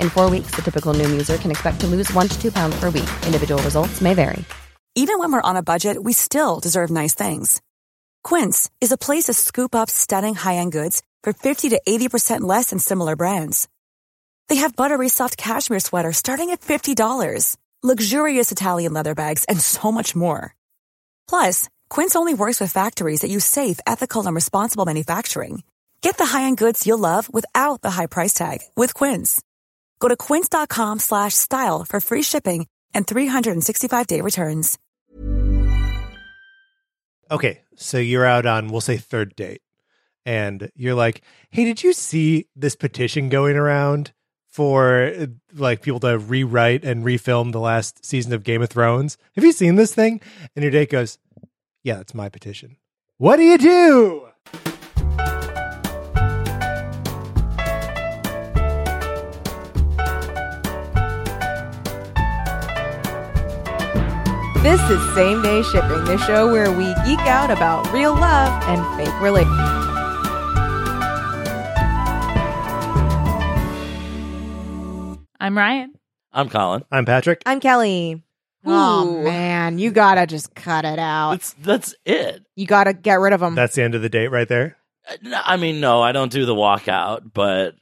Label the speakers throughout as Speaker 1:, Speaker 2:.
Speaker 1: In four weeks, the typical Noom user can expect to lose one to two pounds per week. Individual results may vary.
Speaker 2: Even when we're on a budget, we still deserve nice things. Quince is a place to scoop up stunning high-end goods for 50 to 80% less than similar brands. They have buttery soft cashmere sweaters starting at $50, luxurious Italian leather bags, and so much more. Plus, Quince only works with factories that use safe, ethical, and responsible manufacturing. Get the high-end goods you'll love without the high price tag with Quince. Go to quince.com slash style for free shipping and 365-day returns.
Speaker 3: Okay, so you're out on, we'll say, third date, and you're like, "Hey, did you see this petition going around for uh, like people to rewrite and refilm the last season of Game of Thrones? Have you seen this thing?" And your date goes, "Yeah, that's my petition." What do you do?
Speaker 4: This is Same Day Shipping, the show where we geek out about real love and fake relationships.
Speaker 5: I'm Ryan.
Speaker 6: I'm Colin.
Speaker 3: I'm Patrick.
Speaker 4: I'm Kelly.
Speaker 5: Oh,
Speaker 4: man, you gotta just cut it
Speaker 5: Uh,
Speaker 4: out.
Speaker 6: That's that's it.
Speaker 4: You gotta get rid of
Speaker 5: Um,
Speaker 4: them.
Speaker 3: That's the end of the date right there.
Speaker 6: Uh, no, I mean, no, I don't do the walkout, but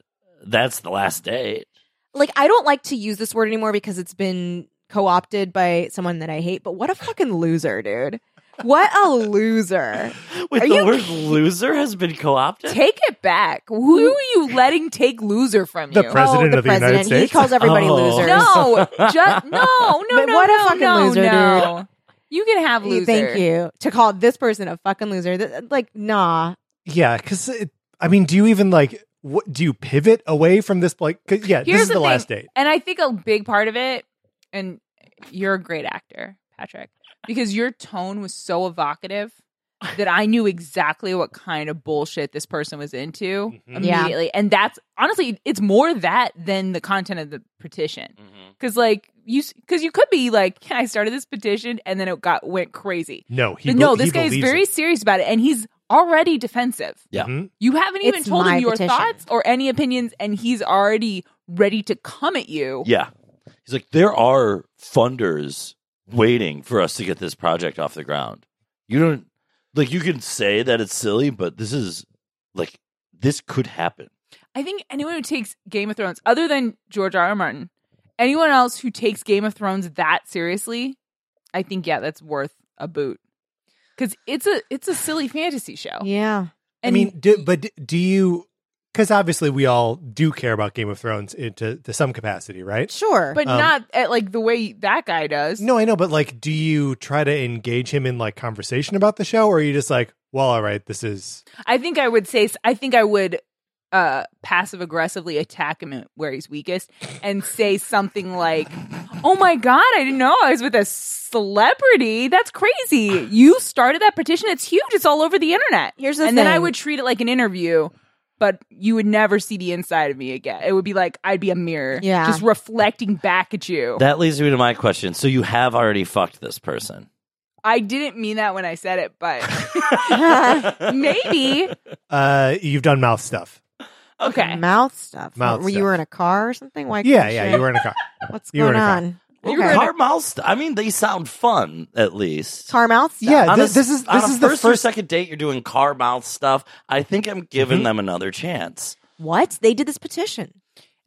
Speaker 6: that's the last date.
Speaker 5: Like I don't like to use this word anymore because it's been co-opted by someone that I hate, but what a fucking loser, dude. What a loser.
Speaker 6: Wait,
Speaker 5: Are
Speaker 6: the
Speaker 5: you
Speaker 6: word loser has been co-opted.
Speaker 5: Take it back. Who are you letting take loser from you?
Speaker 3: The president
Speaker 4: the
Speaker 3: of the United
Speaker 4: president. He
Speaker 3: States.
Speaker 4: calls everybody
Speaker 6: Oh.
Speaker 4: losers.
Speaker 5: no, just no, no,
Speaker 4: But
Speaker 5: no,
Speaker 4: what a
Speaker 5: no,
Speaker 4: fucking
Speaker 5: no,
Speaker 4: loser,
Speaker 5: no. You can have loser.
Speaker 4: Thank you. To call this person a fucking loser. th- Like, nah.
Speaker 3: Yeah, because I mean, do you even like? What do you pivot away from this? Like, 'cause, yeah, this
Speaker 5: Here's
Speaker 3: is the,
Speaker 5: the
Speaker 3: last
Speaker 5: thing.
Speaker 3: date.
Speaker 5: And I think a big part of it, and you're a great actor, Patrick, because your tone was so evocative that I knew exactly what kind of bullshit this person was into
Speaker 3: Mhm.
Speaker 4: Yeah.
Speaker 5: immediately. And that's honestly, it's more that than the content of the petition.
Speaker 6: Mhm.
Speaker 5: Because like you, because you could be like, "Yeah, I started this petition, and then it got went crazy.
Speaker 3: No, he
Speaker 5: But
Speaker 3: be-
Speaker 5: no,
Speaker 3: he
Speaker 5: this guy is
Speaker 3: believes
Speaker 5: very
Speaker 3: it.
Speaker 5: serious about it, and he's already defensive.
Speaker 6: Yeah.
Speaker 3: Mhm.
Speaker 5: You haven't even
Speaker 4: It's
Speaker 5: told
Speaker 4: my
Speaker 5: him your
Speaker 4: petition.
Speaker 5: thoughts or any opinions, and he's already ready to come at you.
Speaker 6: Yeah, he's like, there are funders waiting for us to get this project off the ground. You don't like you can say that it's silly, but this is like this could happen.
Speaker 5: I think anyone who takes Game of Thrones, other than George R. R. Martin, anyone else who takes Game of Thrones that seriously, I think yeah, that's worth a boot because it's a it's a silly fantasy show.
Speaker 4: Yeah.
Speaker 3: I
Speaker 5: And-
Speaker 3: mean, do, but d- do you? Because obviously, we all do care about Game of Thrones in, to to some capacity, right?
Speaker 4: Sure.
Speaker 5: but
Speaker 3: um,
Speaker 5: not at like the way that guy does.
Speaker 3: No, I know, but like, do you try to engage him in like conversation about the show, or are you just like, well, all right, this is
Speaker 5: I think I would say I think I would uh passive aggressively attack him where he's weakest and say something like, "Oh my god, I didn't know I was with a celebrity. That's crazy. You started that petition. It's huge. It's all over the internet."
Speaker 4: Here's the
Speaker 5: and then I
Speaker 4: thing.
Speaker 5: would treat it like an interview but you would never see the inside of me again. It would be like I'd be a mirror,
Speaker 4: Yeah.
Speaker 5: just reflecting back at you.
Speaker 6: That leads me to my question. So you have already fucked this person.
Speaker 5: I didn't mean that when I said it, but maybe.
Speaker 3: Uh, you've done mouth stuff.
Speaker 5: Okay,
Speaker 4: Mouth stuff.
Speaker 3: Eh. Mouth
Speaker 4: were you
Speaker 3: stuff.
Speaker 4: were in a car or something? Why
Speaker 3: Yeah,
Speaker 4: couldn't
Speaker 3: yeah.
Speaker 4: shit?
Speaker 3: You were in a car.
Speaker 4: What's
Speaker 3: you were
Speaker 4: going
Speaker 3: in a car.
Speaker 4: on?
Speaker 5: You were
Speaker 4: okay.
Speaker 5: in a-
Speaker 6: Car mouth. St- I mean, they sound fun at least.
Speaker 4: car mouth stuff.
Speaker 3: Yeah,
Speaker 6: On
Speaker 3: this,
Speaker 6: a-
Speaker 3: this is
Speaker 6: on
Speaker 3: this
Speaker 6: a
Speaker 3: is the
Speaker 6: first,
Speaker 3: first.
Speaker 6: or second date. You're doing car mouth stuff. I think I'm giving
Speaker 3: Mm-hmm.
Speaker 6: them another chance.
Speaker 4: What? They did this petition.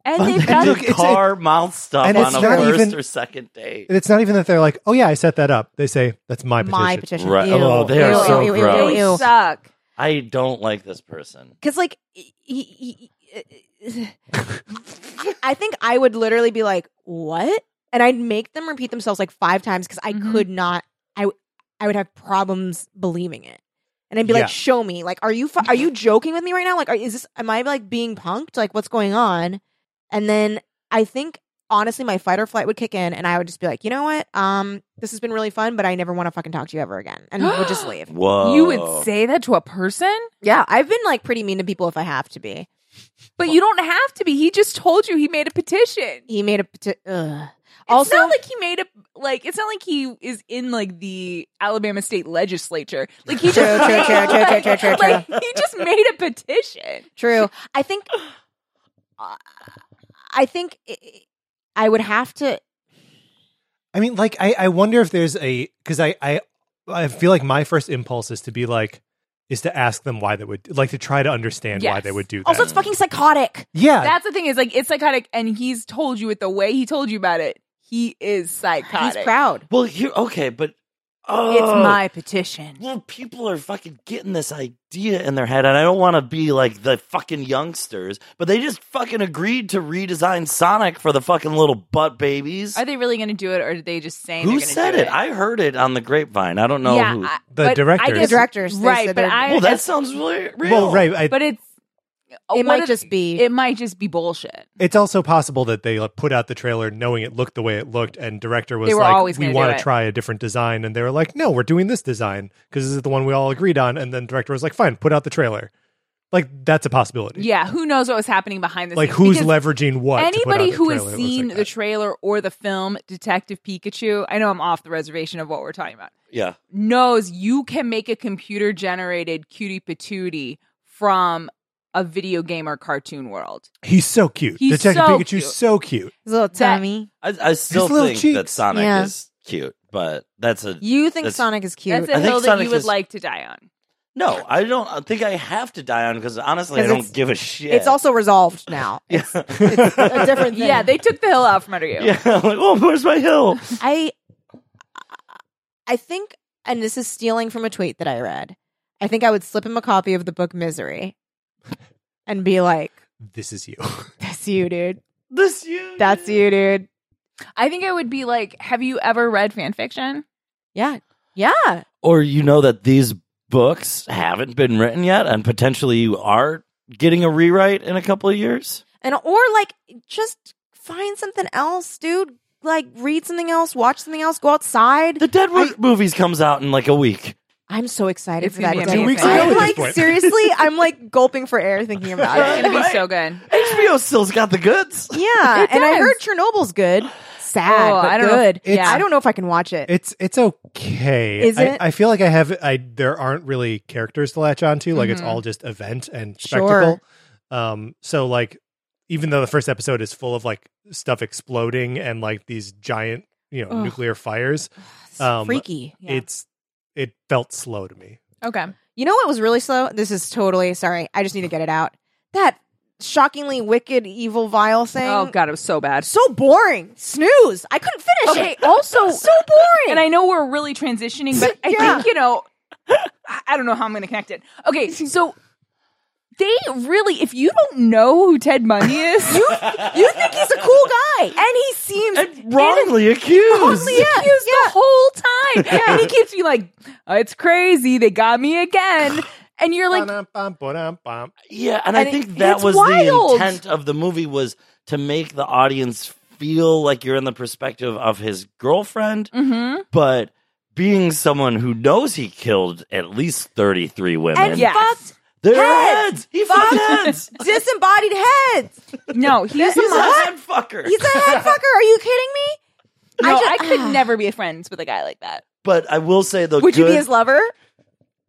Speaker 5: and they've
Speaker 3: And
Speaker 5: got
Speaker 6: Look,
Speaker 3: look, it's-
Speaker 6: car mouth stuff
Speaker 3: and
Speaker 6: on
Speaker 3: it's
Speaker 6: a
Speaker 3: not
Speaker 6: first
Speaker 3: even-
Speaker 6: or second date.
Speaker 3: It's not even that they're like, oh yeah, I set that up. They say that's my petition.
Speaker 4: My petition.
Speaker 6: Right.
Speaker 4: Ew.
Speaker 6: Oh, they are
Speaker 4: Ew,
Speaker 6: so
Speaker 4: ew, ew,
Speaker 6: gross.
Speaker 4: ew, ew.
Speaker 5: they suck.
Speaker 6: I don't like this person.
Speaker 4: Because like, y- y- y- I- I think I would literally be like, "What?" and I'd make them repeat themselves like five times because I
Speaker 5: Mhm.
Speaker 4: could not. I w- I would have problems believing it, and I'd be
Speaker 3: Yeah.
Speaker 4: like, "Show me! Like, are you fu- are you joking with me right now? Like, are, is this? Am I like being punked? Like, what's going on?" And then I think honestly, my fight or flight would kick in, and I would just be like, "You know what? Um, this has been really fun, but I never want to fucking talk to you ever again," and would just leave.
Speaker 6: Whoa!
Speaker 5: You would say that to a person,
Speaker 4: Yeah, I've been like pretty mean to people if I have to be.
Speaker 5: but you don't have to be. He just told you he made a petition.
Speaker 4: He made a peti- ugh.
Speaker 5: Also,
Speaker 4: also
Speaker 5: it's not like he made a like. It's not like he is in like the Alabama state legislature. Like he just
Speaker 4: True, true, true, true, true, true, true, true.
Speaker 5: Like, he just made a petition.
Speaker 4: true. I think uh, I think i- i I would have to.
Speaker 3: I mean, like, I, I wonder if there's a because I, I I feel like my first impulse is to be like is to ask them why they would like to try to understand why
Speaker 5: Yes.
Speaker 3: they would do that.
Speaker 4: Also, it's fucking psychotic.
Speaker 3: yeah,
Speaker 5: That's the thing is like it's psychotic, and he's told you it the way he told you about it. He is psychotic.
Speaker 4: He's proud.
Speaker 6: Well, here, okay, but oh,
Speaker 5: It's my petition.
Speaker 6: Well, people are fucking getting this idea in their head, and I don't want to be like the fucking youngsters, but they just fucking agreed to redesign Sonic for the fucking little butt babies.
Speaker 5: Are they really going to do it, or are they just saying?
Speaker 6: who
Speaker 5: they're gonna
Speaker 6: said
Speaker 5: do
Speaker 6: it? I heard it on the grapevine. I don't know
Speaker 5: yeah,
Speaker 6: who.
Speaker 5: I-
Speaker 3: The
Speaker 5: but I
Speaker 3: directors.
Speaker 5: guess-
Speaker 4: The directors, they
Speaker 5: right?
Speaker 4: said
Speaker 5: But
Speaker 4: they're-
Speaker 5: I.
Speaker 6: well, that sounds really real.
Speaker 3: well, right. I,
Speaker 5: But it's.
Speaker 4: It
Speaker 5: one
Speaker 4: might
Speaker 5: of-
Speaker 4: just be.
Speaker 5: It might just be bullshit.
Speaker 3: it's also possible that they like, put out the trailer knowing it looked the way it looked, and director was
Speaker 5: They were
Speaker 3: like,
Speaker 5: always
Speaker 3: "We
Speaker 5: gonna
Speaker 3: want
Speaker 5: do
Speaker 3: to
Speaker 5: it.
Speaker 3: try a different design," and they were like, "No, we're doing this design because this is the one we all agreed on." And then director was like, "Fine, put out the trailer." Like that's a possibility.
Speaker 5: Yeah, who knows what was happening behind the
Speaker 3: Like
Speaker 5: scenes?
Speaker 3: who's
Speaker 5: Because-
Speaker 3: leveraging what? to put out
Speaker 5: anybody
Speaker 3: the
Speaker 5: who has
Speaker 3: trailer? It looks
Speaker 5: seen
Speaker 3: like
Speaker 5: the
Speaker 3: that.
Speaker 5: trailer or the film detective pikachu i know i'm off the reservation of what we're talking about
Speaker 6: Yeah.
Speaker 5: knows you can make a computer generated cutie patootie from a video game or cartoon world
Speaker 3: He's so cute.
Speaker 5: He's
Speaker 3: Detective
Speaker 5: so
Speaker 3: Pikachu's
Speaker 5: cute.
Speaker 3: so cute.
Speaker 4: His little
Speaker 5: that-
Speaker 4: tummy.
Speaker 6: I, I still
Speaker 3: little
Speaker 6: think that
Speaker 3: cheeks.
Speaker 6: Sonic
Speaker 4: Yeah.
Speaker 6: is cute, but that's a
Speaker 4: You think
Speaker 6: That's-
Speaker 4: Sonic is
Speaker 5: that's
Speaker 4: cute?
Speaker 5: a
Speaker 6: I think
Speaker 5: hill that
Speaker 6: Sonic
Speaker 5: you would
Speaker 6: is-
Speaker 5: like to die on
Speaker 6: no. I don't I think I have to die on because honestly, I
Speaker 4: 'Cause
Speaker 6: don't
Speaker 4: it's-
Speaker 6: give a shit.
Speaker 4: It's also resolved now. It's, it's a different thing.
Speaker 5: yeah they took the hill out from under you
Speaker 6: yeah. I'm like, oh, where's my hill?
Speaker 4: I I think, and this is stealing from a tweet that I read. I think I would slip him a copy of the book Misery, and be like,
Speaker 3: This is you.
Speaker 4: "That's you, dude.
Speaker 6: This you.
Speaker 4: That's you, dude.
Speaker 5: i think i would be like have you ever read fan fiction
Speaker 4: Yeah, yeah.
Speaker 6: or you know that these books haven't been written yet and potentially you are getting a rewrite in a couple of years
Speaker 4: and or like just find something else, dude. Like read something else, watch something else, go outside.
Speaker 6: the deadwood movies comes out in like a week
Speaker 4: I'm so excited
Speaker 5: It's
Speaker 4: for that.
Speaker 5: gonna be
Speaker 4: day.
Speaker 5: Two weeks
Speaker 3: amazing. ago at
Speaker 4: I'm
Speaker 3: this
Speaker 4: like
Speaker 3: point.
Speaker 4: seriously, I'm like gulping for air thinking about
Speaker 5: it's
Speaker 4: it.
Speaker 5: gonna be so good
Speaker 6: hbo still's got the goods
Speaker 4: Yeah,
Speaker 5: It
Speaker 4: and I
Speaker 5: does.
Speaker 4: heard Chernobyl's good. Sad,
Speaker 5: Oh,
Speaker 4: but
Speaker 5: I don't know.
Speaker 4: good.
Speaker 5: It's-
Speaker 4: I don't know if I can watch it.
Speaker 3: It's it's okay.
Speaker 4: Is
Speaker 3: I,
Speaker 4: it?
Speaker 3: I feel like I have I there aren't really characters to latch onto. Like it's all just event and spectacle. Um so like even though the first episode is full of like stuff exploding and like these giant, you know,
Speaker 5: Ugh.
Speaker 3: nuclear fires,
Speaker 4: It's
Speaker 3: um,
Speaker 4: freaky.
Speaker 5: Yeah.
Speaker 3: it's it felt slow to me.
Speaker 5: okay
Speaker 4: You know what was really slow? This is totally sorry. I just need to get it out. That shockingly wicked, evil, vile thing.
Speaker 5: oh god it was so bad
Speaker 4: so boring. Snooze. I couldn't finish
Speaker 5: Okay,
Speaker 4: it.
Speaker 5: also-
Speaker 4: so boring.
Speaker 5: And I know we're really transitioning, but I
Speaker 4: Yeah.
Speaker 5: think, you know, I- I don't know how I'm going to connect it. Okay, so they really, if you don't know who Ted Bundy is, you,
Speaker 4: you think he's a cool guy?
Speaker 5: and he seems
Speaker 6: wrongly accused
Speaker 5: wrongly accused the whole time. And he keeps being like, "Oh, it's crazy. They got me again. And
Speaker 4: Oh,
Speaker 5: you're like,
Speaker 3: Ba-dum, ba-dum, ba-dum.
Speaker 6: yeah and, i
Speaker 5: And it-
Speaker 6: think that
Speaker 5: it's
Speaker 6: was
Speaker 5: wild.
Speaker 6: the intent of the movie was to make the audience feel like you're in the perspective of his girlfriend
Speaker 5: mm-hmm.
Speaker 6: but being someone who knows he killed at least 33 women
Speaker 5: And yes.
Speaker 6: that's They're
Speaker 4: Heads!
Speaker 6: heads. He fucked heads.
Speaker 5: Oh.
Speaker 4: Disembodied heads.
Speaker 5: No, he's
Speaker 6: He's a
Speaker 5: my.
Speaker 6: head fucker.
Speaker 4: He's a head fucker. Are you kidding me?
Speaker 5: No, I,
Speaker 4: just-
Speaker 5: could never be friends with a guy like that.
Speaker 6: but I will say the
Speaker 4: Would
Speaker 6: good.
Speaker 4: you be his lover?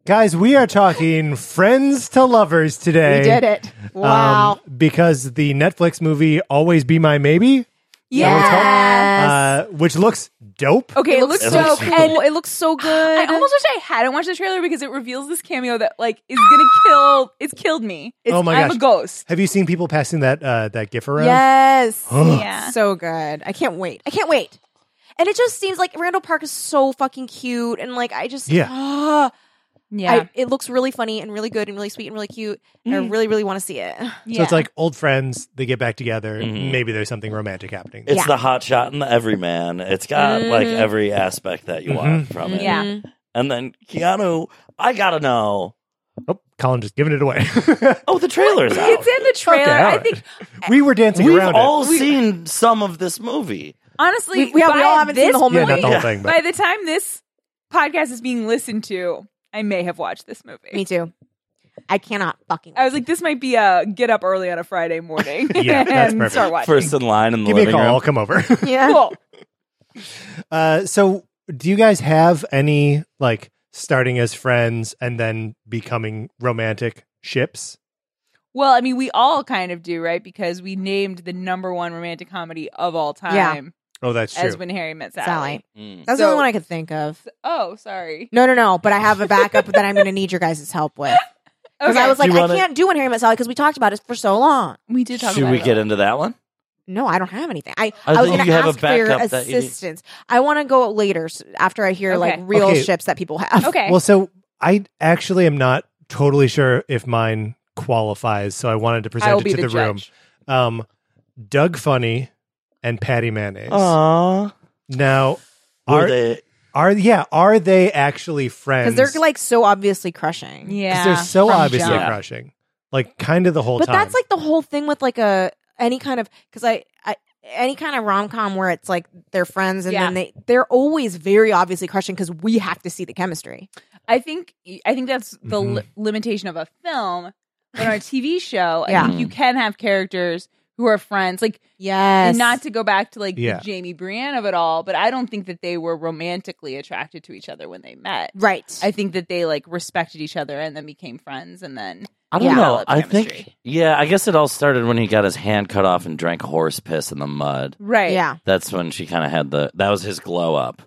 Speaker 3: Guys, we are talking friends to lovers today.
Speaker 4: We did it.
Speaker 3: Um,
Speaker 4: Wow.
Speaker 3: because the Netflix movie Always Be My Maybe,
Speaker 4: yes.
Speaker 3: uh, which looks dope.
Speaker 5: Okay, it, looks,
Speaker 6: looks
Speaker 5: so
Speaker 6: so
Speaker 5: cool.
Speaker 6: cool.
Speaker 5: it looks so good. I almost wish I hadn't watched the trailer because it reveals this cameo that like is gonna kill. It's killed me. It's,
Speaker 3: Oh my
Speaker 5: I'm
Speaker 3: gosh.
Speaker 5: a ghost.
Speaker 3: Have you seen people passing that uh, that gif around?
Speaker 4: yes.
Speaker 5: yeah.
Speaker 4: So good. I can't wait. I can't wait. And it just seems like Randall Park is so fucking cute, and like I just
Speaker 3: Yeah.
Speaker 4: Ah,
Speaker 5: Yeah. Mm.
Speaker 4: I, it looks really funny and really good and really sweet and really cute, and I really really want to see it.
Speaker 5: Mm-hmm.
Speaker 3: So it's like old friends, they get back together.
Speaker 6: Mhm.
Speaker 3: Maybe there's something romantic happening.
Speaker 6: It's
Speaker 4: Yeah.
Speaker 6: the hot shot and the everyman. It's got like
Speaker 4: Mhm.
Speaker 6: every aspect that you want from it.
Speaker 5: Yeah.
Speaker 4: Mhm.
Speaker 6: And then Keanu, I gotta know.
Speaker 3: oh, Colin just giving it away.
Speaker 6: Oh, the trailer's out.
Speaker 5: it's in the trailer.
Speaker 3: Okay, all
Speaker 5: I
Speaker 3: right.
Speaker 5: think
Speaker 3: we were dancing
Speaker 6: We've
Speaker 3: around
Speaker 6: all
Speaker 3: it.
Speaker 6: seen some of this movie.
Speaker 5: honestly,
Speaker 4: We- we- yeah, we
Speaker 5: by
Speaker 4: all haven't seen
Speaker 5: this
Speaker 4: the whole
Speaker 3: Yeah, not
Speaker 4: movie.
Speaker 3: the whole
Speaker 6: Yeah.
Speaker 3: thing, but
Speaker 5: By the time this podcast is being listened to, I may have watched this movie.
Speaker 4: Me too. I cannot fucking.
Speaker 5: I was like, this might be a get up early on a Friday morning
Speaker 3: Yeah, that's
Speaker 5: and
Speaker 3: perfect.
Speaker 5: start watching.
Speaker 6: First in line in the
Speaker 3: give me a
Speaker 6: living
Speaker 3: call. I'll
Speaker 6: room.
Speaker 3: come over.
Speaker 4: yeah.
Speaker 5: Cool.
Speaker 3: Uh, so do you guys have any like starting as friends and then becoming romantic ships?
Speaker 5: Well, I mean, we all kind of do, right? Because we named the number one romantic comedy of all time
Speaker 3: Oh, that's true.
Speaker 5: as When Harry Met Sally.
Speaker 4: Sally.
Speaker 6: Mm.
Speaker 4: That's the
Speaker 5: So-
Speaker 4: only one I could think of.
Speaker 5: Oh, sorry.
Speaker 4: No, no, no. But I have a backup that I'm going to need your guys' help with. Because I was like,
Speaker 6: You wanna-
Speaker 4: I can't do one Harry Met Sally because we talked about it for so long.
Speaker 5: we did talk
Speaker 6: Should
Speaker 5: about
Speaker 6: we
Speaker 5: it.
Speaker 6: get into that one?
Speaker 4: No, I don't have anything. I, I,
Speaker 6: I
Speaker 4: was
Speaker 6: think
Speaker 4: going to
Speaker 6: you have a
Speaker 4: ask for your
Speaker 6: backup that you need.
Speaker 4: assistance. I want to go later s- after I hear like
Speaker 5: Okay.
Speaker 4: real
Speaker 3: Okay.
Speaker 4: ships that people have.
Speaker 5: Okay.
Speaker 3: Well, so I actually am not totally sure if mine qualifies, so I wanted to
Speaker 5: I will
Speaker 3: present
Speaker 5: be
Speaker 3: it to
Speaker 5: the,
Speaker 3: the, room.
Speaker 5: judge.
Speaker 3: Um, Doug Funny and Patty Mayonnaise.
Speaker 6: Aww.
Speaker 3: now,
Speaker 6: Uh, Are
Speaker 3: are
Speaker 6: they?
Speaker 3: are yeah are they actually friends?
Speaker 4: Because they're like so obviously crushing.
Speaker 5: Yeah.
Speaker 3: because they're so
Speaker 5: from
Speaker 3: obviously
Speaker 5: Jump.
Speaker 6: Yeah.
Speaker 3: crushing, like kind of the whole
Speaker 4: But
Speaker 3: time.
Speaker 4: that's like the whole thing with like a any kind of because I, I any kind of rom com where it's like they're friends and
Speaker 5: Yeah.
Speaker 4: then they they're always very obviously crushing because we have to see the chemistry.
Speaker 5: I think I think that's the li- limitation of a film. But on a TV show, I
Speaker 4: Yeah.
Speaker 5: think you can have characters who are friends. Like
Speaker 4: Yes,
Speaker 5: And not to go back to like
Speaker 3: Yeah.
Speaker 5: the Jamie Brienne of it all, but I don't think that they were romantically attracted to each other when they met.
Speaker 4: right.
Speaker 5: I think that they like respected each other and then became friends and then
Speaker 6: I don't
Speaker 4: Yeah.
Speaker 6: know. I think.
Speaker 5: Chemistry.
Speaker 6: Yeah, I guess it all started when he got his hand cut off and drank horse piss in the mud.
Speaker 5: right.
Speaker 4: Yeah,
Speaker 6: That's when she kind of had the. That was his glow up.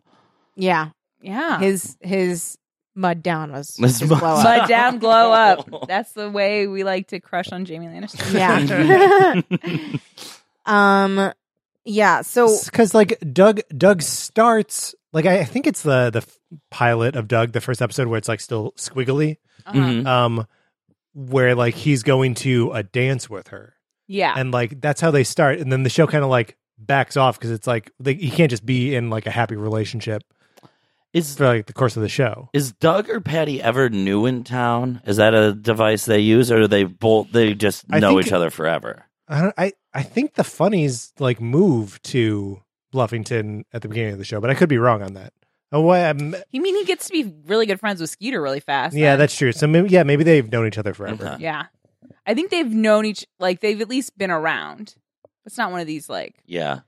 Speaker 4: yeah.
Speaker 5: Yeah.
Speaker 4: his his mud down was
Speaker 6: His
Speaker 4: his
Speaker 6: mud-
Speaker 4: blow up.
Speaker 5: Mud down, glow up. That's the way we like to crush on Jamie Lannister.
Speaker 4: yeah. um yeah, so
Speaker 3: because like Doug Doug starts like I, I think it's the the f- pilot of Doug the first episode where it's like still squiggly
Speaker 5: Uh-huh. Mm-hmm.
Speaker 6: Mhm.
Speaker 3: um where like he's going to a dance with her
Speaker 5: Yeah.
Speaker 3: and like that's how they start and then the show kind of like backs off because it's like they, you can't just be in like a happy relationship
Speaker 6: Is
Speaker 3: for like the course of the show
Speaker 6: is Doug or Patty ever new in town? Is that a device they use, or do they both? They just
Speaker 3: I
Speaker 6: know
Speaker 3: think-
Speaker 6: each other forever.
Speaker 3: I don't, I I think the funnies like move to Bluffington at the beginning of the show but I could be wrong on that oh why I'm,
Speaker 5: You mean he gets to be really good friends with Skeeter really fast?
Speaker 3: yeah
Speaker 5: then?
Speaker 3: that's true so maybe, yeah maybe they've known each other forever
Speaker 6: Okay.
Speaker 5: yeah. I think they've known each like they've at least been around. It's not one of these like
Speaker 6: Yeah,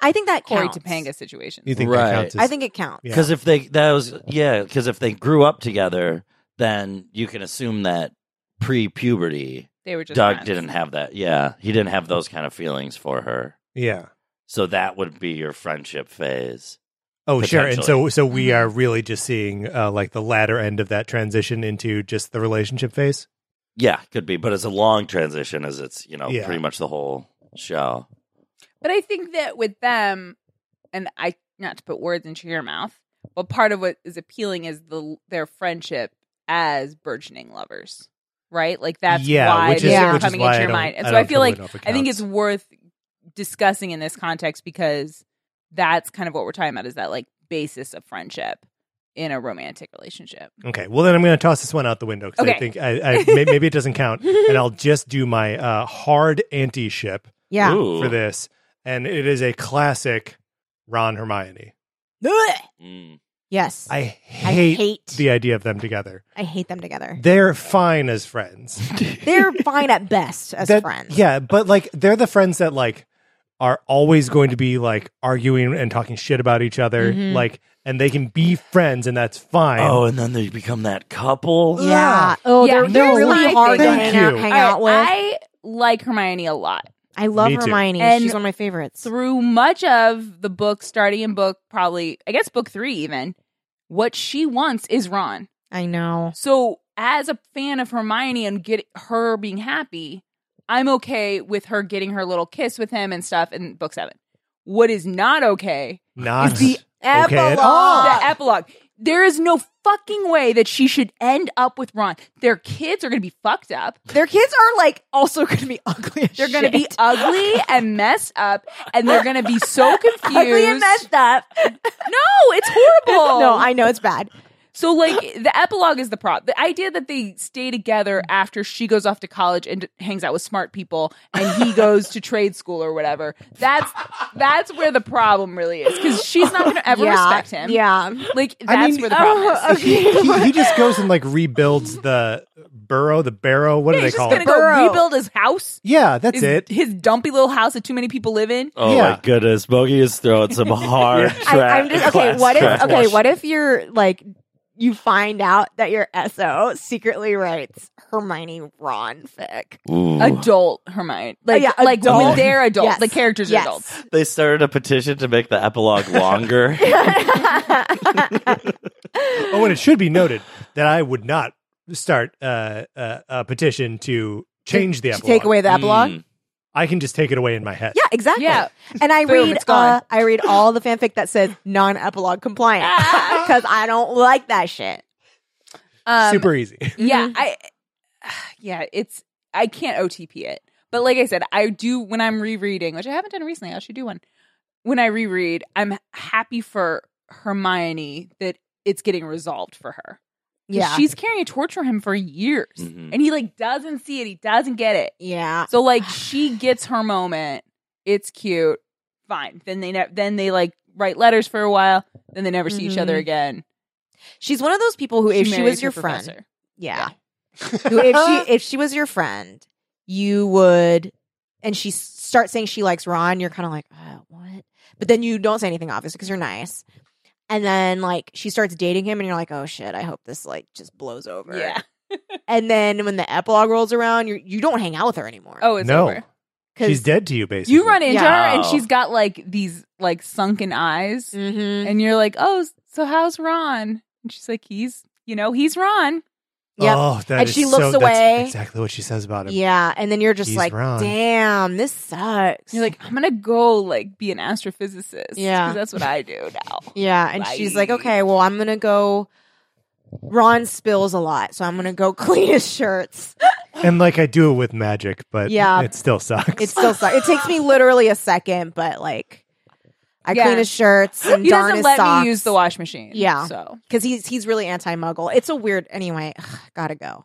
Speaker 4: I think that
Speaker 5: Corey
Speaker 4: counts.
Speaker 5: Topanga situations.
Speaker 3: you think
Speaker 6: Right.
Speaker 3: that counts as,
Speaker 4: I think it counts.
Speaker 3: Yeah.
Speaker 6: because if they that was yeah, because if they grew up together, then you can assume that pre puberty
Speaker 5: They were just
Speaker 6: Doug
Speaker 5: friends.
Speaker 6: didn't have that. Yeah, he didn't have those kind of feelings for her.
Speaker 3: yeah
Speaker 6: So that would be your friendship phase.
Speaker 3: Oh, sure. And so,
Speaker 6: Potentially.
Speaker 3: so we
Speaker 5: Mhm.
Speaker 3: are really just seeing uh, like the latter end of that transition into just the relationship phase.
Speaker 6: Yeah, could be, but it's a long transition as it's, you know,
Speaker 3: Yeah.
Speaker 6: pretty much the whole show.
Speaker 5: But I think that with them, and I not to put words into your mouth, but part of what is appealing is the their friendship as burgeoning lovers, right? Like that's
Speaker 3: yeah,
Speaker 5: why
Speaker 3: which is,
Speaker 5: they're
Speaker 3: which is
Speaker 5: coming
Speaker 3: why I
Speaker 5: into your
Speaker 3: don't-
Speaker 5: mind. And
Speaker 3: I
Speaker 5: so I
Speaker 3: don't
Speaker 5: feel
Speaker 3: totally
Speaker 5: like
Speaker 3: know if it
Speaker 5: I think
Speaker 3: counts.
Speaker 5: it's worth discussing in this context because that's kind of what we're talking about is that like basis of friendship in a romantic relationship.
Speaker 3: okay. Well, then I'm going to toss this one out the window because
Speaker 5: Okay.
Speaker 3: I think I, I may, maybe it doesn't count, and I'll just do my uh, hard anti ship
Speaker 4: Yeah.
Speaker 6: Ooh.
Speaker 3: for this, and it is a classic Ron Hermione.
Speaker 4: Blech.
Speaker 6: Mm.
Speaker 4: Yes.
Speaker 3: I hate,
Speaker 4: hate-
Speaker 3: the idea of them together.
Speaker 4: I hate them together.
Speaker 3: They're fine as friends.
Speaker 4: They're fine at best as
Speaker 3: That-
Speaker 4: friends.
Speaker 3: Yeah, but like they're the friends that like are always going to be like arguing and talking shit about each other.
Speaker 4: Mhm.
Speaker 3: Like, and they can be friends, and that's fine.
Speaker 6: Oh, and then they become that couple.
Speaker 3: Uh,
Speaker 4: Yeah. Oh,
Speaker 5: Yeah,
Speaker 4: they're, they're
Speaker 5: here's
Speaker 4: really
Speaker 5: my
Speaker 4: hard to
Speaker 5: thing.
Speaker 4: hang
Speaker 3: Thank
Speaker 4: out,
Speaker 3: you.
Speaker 4: hang
Speaker 5: All right,
Speaker 4: out with. I,
Speaker 5: I like Hermione a lot.
Speaker 4: love
Speaker 3: Me too.
Speaker 4: Hermione.
Speaker 5: And
Speaker 4: She's one of my favorites.
Speaker 5: Through much of the book, starting in book probably, I guess book three even, what she wants is Ron.
Speaker 4: I know.
Speaker 5: So as a fan of Hermione and get her being happy, I'm okay with her getting her little kiss with him and stuff in book seven. What is not okay
Speaker 3: Not
Speaker 5: is the
Speaker 3: okay at
Speaker 5: epilogue.
Speaker 3: all.
Speaker 4: Oh.
Speaker 5: The epilogue. There is no fucking way that she should end up with Ron. Their kids are going to be fucked up.
Speaker 4: Their kids are like also going to be ugly. As
Speaker 5: They're going to be
Speaker 4: shit.
Speaker 5: ugly and messed up, and they're going to be so confused.
Speaker 4: ugly and messed up.
Speaker 5: No, it's horrible.
Speaker 4: no, I know it's bad.
Speaker 5: So like the epilogue is the prop. The idea that they stay together after she goes off to college and hangs out with smart people and he goes to trade school or whatever. That's that's where the problem really is cuz she's not going to ever
Speaker 4: yeah.
Speaker 5: respect him.
Speaker 4: Yeah.
Speaker 5: Like that's
Speaker 3: mean-
Speaker 5: where the problem is.
Speaker 3: he, he just goes and like rebuilds the burrow, the barrow. What
Speaker 5: Yeah,
Speaker 3: do they
Speaker 5: he's just
Speaker 3: call it?
Speaker 5: going to go
Speaker 4: Burrow.
Speaker 5: rebuild his house.
Speaker 3: yeah, that's
Speaker 5: his,
Speaker 3: it.
Speaker 5: His dumpy little house that too many people live in.
Speaker 6: Oh
Speaker 3: Yeah.
Speaker 6: my goodness, Bogey is throwing some hard
Speaker 4: I,
Speaker 6: trash.
Speaker 4: I'm just okay. What if
Speaker 6: trash.
Speaker 4: okay? What if you're like you find out that your SO secretly writes Hermione Ron fic?
Speaker 6: Ooh.
Speaker 5: Adult Hermione. Like
Speaker 4: Uh, yeah,
Speaker 5: like
Speaker 4: adult.
Speaker 5: when they're adults,
Speaker 4: Yes.
Speaker 5: the characters
Speaker 4: Yes.
Speaker 5: are adults.
Speaker 6: they started a petition to make the epilogue longer.
Speaker 3: Oh, and it should be noted that I would not start uh, uh, a petition to change the
Speaker 4: To
Speaker 3: epilogue.
Speaker 4: Take away the epilogue.
Speaker 6: Mm.
Speaker 3: I can just take it away in my head.
Speaker 4: Yeah, exactly.
Speaker 5: Yeah.
Speaker 4: And I
Speaker 5: Boom,
Speaker 4: read
Speaker 5: it's gone.
Speaker 4: uh, I read all the fanfic that says non-epilogue compliant because I don't like that shit.
Speaker 5: Um,
Speaker 3: super easy.
Speaker 5: Yeah,
Speaker 4: Mm-hmm.
Speaker 5: I yeah, it's I can't OTP it. But like I said, I do when I'm rereading, which I haven't done recently. I should do one. When I reread, I'm happy for Hermione that it's getting resolved for her. 'Cause
Speaker 4: Yeah.
Speaker 5: She's carrying a torch for him for years.
Speaker 6: Mhm.
Speaker 3: Mm-hmm.
Speaker 5: And he like doesn't see it. He doesn't get it.
Speaker 4: yeah.
Speaker 5: So like she gets her moment. It's cute. Fine. Then they ne- then they like write letters for a while. Then they never see each other
Speaker 4: Mhm.
Speaker 5: again.
Speaker 4: She's one of those people who, if she
Speaker 5: marries
Speaker 4: was
Speaker 5: her
Speaker 4: your friend,
Speaker 5: professor.
Speaker 4: yeah, who, if she Oh, if she was your friend, you would, and she s- starts saying she likes Ron, you're kind of like, oh, what? But then you don't say anything, obviously, because you're nice. And then like she starts dating him, and you're like, oh shit, I hope this like just blows over.
Speaker 5: Yeah.
Speaker 4: And then when the epilogue rolls around, you you don't hang out with her anymore.
Speaker 5: Oh, it's
Speaker 3: no,
Speaker 5: over.
Speaker 3: she's dead to you. Basically,
Speaker 5: You run into
Speaker 6: Yeah.
Speaker 5: her and she's got like these like sunken eyes,
Speaker 4: Mm-hmm.
Speaker 5: and you're like, "Oh, so how's Ron?" And she's like, "He's, you know, he's Ron."
Speaker 4: Yep.
Speaker 3: Oh, that
Speaker 4: And
Speaker 3: is
Speaker 4: she
Speaker 3: so-
Speaker 4: looks
Speaker 3: that's
Speaker 4: away.
Speaker 3: exactly what she says about him.
Speaker 4: Yeah, and then you're just
Speaker 3: He's
Speaker 4: like,
Speaker 3: Ron.
Speaker 4: damn, this sucks.
Speaker 5: And you're like, "I'm gonna go like be an astrophysicist." 'cause
Speaker 4: Yeah.
Speaker 5: that's what I do now.
Speaker 4: yeah, and she's like,
Speaker 5: Bye.
Speaker 4: okay, well, I'm gonna go. Ron spills a lot, so I'm gonna go clean his shirts.
Speaker 3: and like I do it with magic, but
Speaker 4: Yeah.
Speaker 3: it still sucks.
Speaker 4: It still sucks. It takes me literally a second, but like, I
Speaker 5: Yeah.
Speaker 4: clean his shirts and
Speaker 5: He
Speaker 4: darn
Speaker 5: doesn't
Speaker 4: his
Speaker 5: let
Speaker 4: socks.
Speaker 5: me use the wash machine.
Speaker 4: Yeah.
Speaker 5: so
Speaker 4: because he's he's really anti-muggle. It's a weird. Anyway, ugh, gotta go.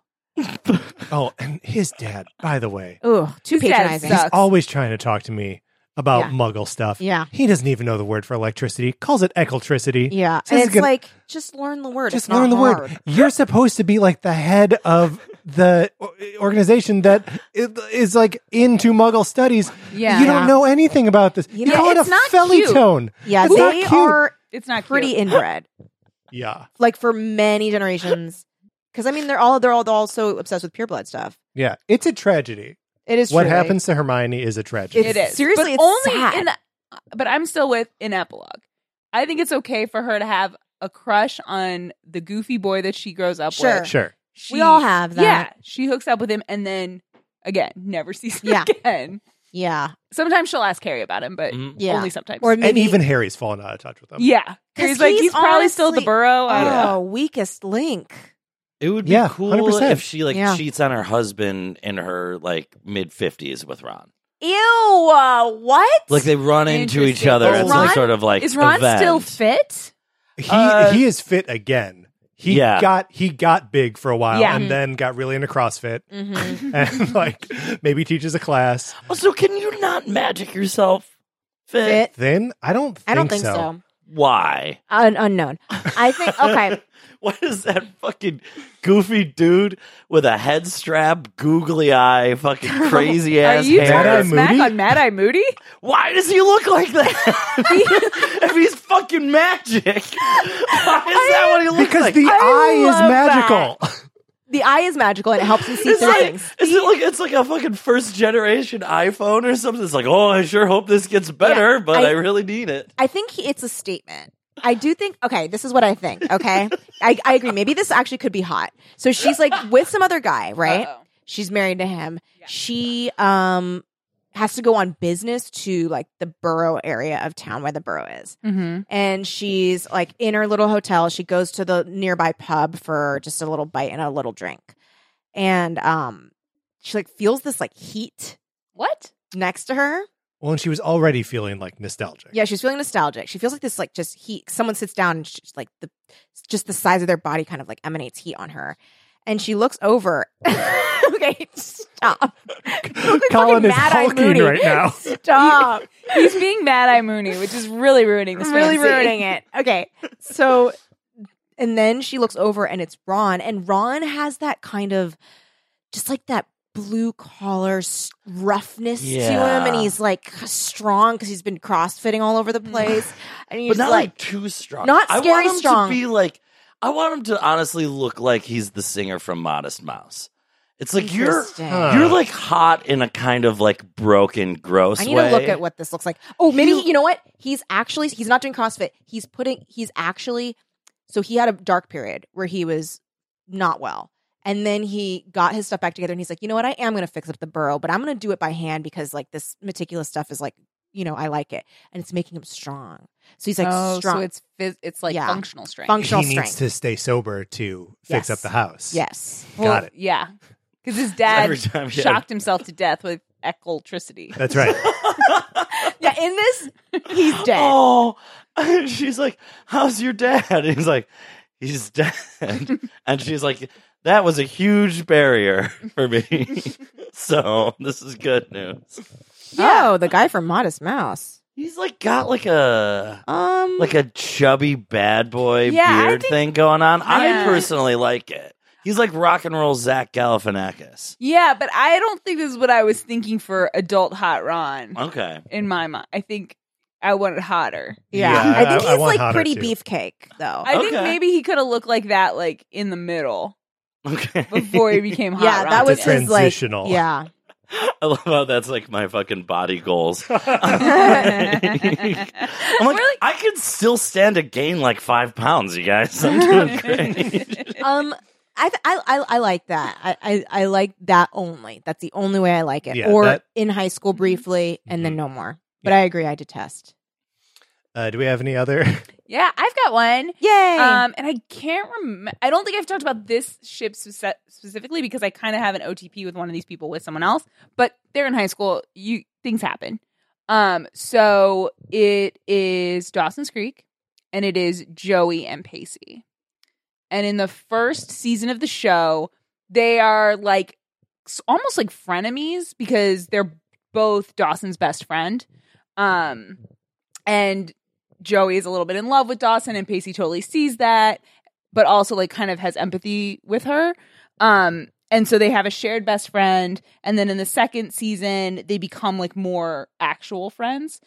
Speaker 3: oh, and his dad, by the way,
Speaker 4: Ooh, too
Speaker 5: His dad
Speaker 4: patronizing.
Speaker 5: sucks.
Speaker 3: always trying to talk to me about
Speaker 4: Yeah.
Speaker 3: Muggle stuff.
Speaker 4: Yeah.
Speaker 3: he doesn't even know the word for electricity. Calls it electricity.
Speaker 4: Yeah,
Speaker 3: Says
Speaker 4: and
Speaker 3: he's
Speaker 4: it's
Speaker 3: gonna-
Speaker 4: like just learn the word.
Speaker 3: just
Speaker 4: It's not
Speaker 3: learn the
Speaker 4: hard.
Speaker 3: word. You're supposed to be like the head of the o- organization that i- is like into Muggle studies.
Speaker 5: Yeah.
Speaker 3: you don't
Speaker 4: Yeah.
Speaker 3: know anything about this. You,
Speaker 4: know,
Speaker 3: call
Speaker 5: it's
Speaker 3: it a
Speaker 5: not cute.
Speaker 3: felitone.
Speaker 4: Yeah,
Speaker 3: It's not
Speaker 4: they
Speaker 3: cute.
Speaker 4: are
Speaker 5: it's not
Speaker 4: pretty
Speaker 5: Cute.
Speaker 4: inbred.
Speaker 3: Yeah,
Speaker 4: like for many generations. Because I mean, they're all they're all, they're all so obsessed with pure blood stuff.
Speaker 3: yeah. It's a tragedy.
Speaker 4: It is
Speaker 3: what
Speaker 4: truly-
Speaker 3: happens to Hermione is a tragedy.
Speaker 4: It's-
Speaker 5: It is
Speaker 4: seriously,
Speaker 5: but
Speaker 4: it's
Speaker 5: only
Speaker 4: sad.
Speaker 5: in. The, but I'm still with an epilogue. I think it's okay for her to have a crush on the goofy boy that she grows up
Speaker 4: Sure.
Speaker 5: with.
Speaker 3: sure.
Speaker 4: We all have that.
Speaker 5: Yeah, she hooks up with him and then again never sees him
Speaker 4: Yeah.
Speaker 5: again.
Speaker 4: Yeah,
Speaker 5: Sometimes she'll ask Harry about him, but
Speaker 6: Mhm.
Speaker 4: yeah.
Speaker 5: only sometimes.
Speaker 4: or
Speaker 3: And
Speaker 4: maybe,
Speaker 3: even Harry's fallen out of touch with them.
Speaker 5: yeah, Harry's like
Speaker 4: he's
Speaker 5: he's probably still at the
Speaker 4: honestly-
Speaker 5: burrow. I don't know.
Speaker 4: oh, weakest link.
Speaker 6: It would be
Speaker 3: Yeah,
Speaker 6: cool
Speaker 3: 100%.
Speaker 6: if she like
Speaker 4: Yeah.
Speaker 6: cheats on her husband in her like mid fifties with Ron.
Speaker 4: Ew, uh, what?
Speaker 6: Like they run into each
Speaker 5: Interesting.
Speaker 6: other
Speaker 5: Is
Speaker 6: at some
Speaker 5: Ron-
Speaker 6: sort of like
Speaker 5: Is Ron
Speaker 6: event.
Speaker 5: still fit?
Speaker 3: he
Speaker 6: Uh,
Speaker 3: he is fit again. He
Speaker 6: Yeah.
Speaker 3: got he got big for a while
Speaker 5: Yeah.
Speaker 3: and then got really into CrossFit
Speaker 4: Mhm.
Speaker 3: and like maybe teaches a class.
Speaker 6: Also, can you not magic yourself? Fit.
Speaker 4: Fit?
Speaker 3: Then I don't think
Speaker 4: I don't think so.
Speaker 6: Why?
Speaker 4: Un- unknown. I think okay.
Speaker 6: Why does that fucking goofy dude with a head strap, googly eye, fucking crazy
Speaker 5: Are
Speaker 6: ass
Speaker 5: you
Speaker 6: hair?
Speaker 3: Mad-Eye
Speaker 5: talking smack
Speaker 3: Moody?
Speaker 5: on Mad Eye Moody?
Speaker 6: Why does he look like that? if he's fucking magic, why is that what he looks
Speaker 3: because
Speaker 6: like?
Speaker 3: the
Speaker 4: I
Speaker 3: eye is
Speaker 4: love
Speaker 3: magical.
Speaker 4: The eye is magical and it helps you see
Speaker 6: It's
Speaker 4: through
Speaker 6: like,
Speaker 4: things.
Speaker 6: is it like it's like a fucking first generation iPhone or something? It's like, oh, I sure hope this gets better,
Speaker 4: Yeah,
Speaker 6: but I,
Speaker 4: I-
Speaker 6: really need it.
Speaker 4: I think he, it's a statement. I do think, okay, this is what I think, okay? I, I agree. Maybe this actually could be hot. So she's like with some other guy, right?
Speaker 5: Uh-oh.
Speaker 4: She's married to him. She um has to go on business to like the borough area of town where the borough is.
Speaker 5: Mm-hmm.
Speaker 4: And she's like in her little hotel. She goes to the nearby pub for just a little bite and a little drink. And um she like feels this like heat
Speaker 5: What?
Speaker 4: next to her.
Speaker 3: Well, and she was already feeling like nostalgic.
Speaker 4: Yeah, she's feeling nostalgic. She feels like this, like just heat. Someone sits down, and she's like the just the size of their body kind of like emanates heat on her, and she looks over. okay, stop. Look like
Speaker 3: Colin
Speaker 4: fucking
Speaker 3: is
Speaker 4: Mad-Eye
Speaker 3: hulking
Speaker 4: Moody.
Speaker 3: right now.
Speaker 4: Stop.
Speaker 5: He's being Mad Eye Mooney, which is really ruining this.
Speaker 4: really
Speaker 5: fantasy.
Speaker 4: ruining it. Okay, so and then she looks over, and it's Ron, and Ron has that kind of just like that blue collar s- roughness to him, and
Speaker 6: Yeah.
Speaker 4: he's like strong because he's been crossfitting all over the place, and he's
Speaker 6: But not
Speaker 4: like
Speaker 6: like, too strong.
Speaker 4: not
Speaker 6: I
Speaker 4: scary
Speaker 6: want him
Speaker 4: strong.
Speaker 6: to be like. I want him to honestly look like he's the singer from Modest Mouse. It's like you're
Speaker 4: Interesting.
Speaker 3: Huh.
Speaker 6: you're like hot in a kind of like broken, gross
Speaker 4: I need
Speaker 6: way.
Speaker 4: to look at what this looks like. Oh, maybe
Speaker 6: You-
Speaker 4: you know what? He's actually he's not doing CrossFit. He's putting he's actually so he had a dark period where he was not well. And then he got his stuff back together and he's like, "You know what? I am going to fix up the burrow, but I'm going to do it by hand because like this meticulous stuff is like, you know, I like it and it's making him strong." So he's like
Speaker 5: oh,
Speaker 4: strong.
Speaker 5: so it's phys- it's like
Speaker 4: Yeah.
Speaker 5: functional strength.
Speaker 4: functional
Speaker 3: he needs
Speaker 4: strength.
Speaker 3: to stay sober to fix
Speaker 4: Yes.
Speaker 3: up the house.
Speaker 4: yes.
Speaker 3: Got it.
Speaker 5: Yeah, because his dad
Speaker 6: Every time he had-
Speaker 5: shocked himself to death with electricity.
Speaker 3: That's right.
Speaker 4: Yeah, in this he's dead.
Speaker 6: Oh, she's like, "How's your dad?" And he's like, "He's dead." and she's like, "That was a huge barrier for me." so this is good news.
Speaker 4: Oh, the guy from Modest Mouse.
Speaker 6: He's like got like a
Speaker 4: Um
Speaker 6: like a chubby bad boy
Speaker 5: Yeah, I
Speaker 6: beard
Speaker 5: think-
Speaker 6: thing going on. I
Speaker 5: Yeah.
Speaker 6: personally like it. He's like rock and roll Zach Galifianakis.
Speaker 5: Yeah, but I don't think this is what I was thinking for adult hot Ron
Speaker 6: Okay.
Speaker 5: in my mind. I think I wanted hotter.
Speaker 4: yeah.
Speaker 3: Yeah,
Speaker 4: I think
Speaker 3: I- I
Speaker 4: he's
Speaker 3: want
Speaker 4: like
Speaker 3: hotter
Speaker 4: pretty
Speaker 3: too.
Speaker 4: beefcake though.
Speaker 5: I think
Speaker 6: Okay.
Speaker 5: maybe he could have looked like that, like in the middle
Speaker 6: Okay.
Speaker 5: before he became hot.
Speaker 4: yeah,
Speaker 5: Ron.
Speaker 4: that was
Speaker 3: It's a
Speaker 4: his like
Speaker 3: transitional.
Speaker 4: yeah.
Speaker 6: I love how that's like my fucking body goals. I'm
Speaker 5: We're
Speaker 6: like,
Speaker 5: like-
Speaker 6: I could still stand to gain like five pounds, you guys. I'm doing great.
Speaker 4: um I, th- I I I like that. I, I I like that only. That's the only way I like it.
Speaker 3: Yeah,
Speaker 4: or
Speaker 3: that- Mm-hmm.
Speaker 4: in high school
Speaker 5: Mm-hmm.
Speaker 4: briefly and then no more. But I agree I detest.
Speaker 3: Uh, do we have any other?
Speaker 5: yeah, I've got one.
Speaker 4: Yay.
Speaker 5: Um, and I can't remember. I don't think I've talked about this ship spec- specifically because I kind of have an OTP with one of these people with someone else, but they're in high school. You things happen. Um, so it is Dawson's Creek, and it is Joey and Pacey. And in the first season of the show, they are like s- almost like frenemies because they're both Dawson's best friend. Um, and Joey is a little bit in love with Dawson and Pacey totally sees that, but also like kind of has empathy with her. Um and so they have a shared best friend and then in the second season they become like more actual friends.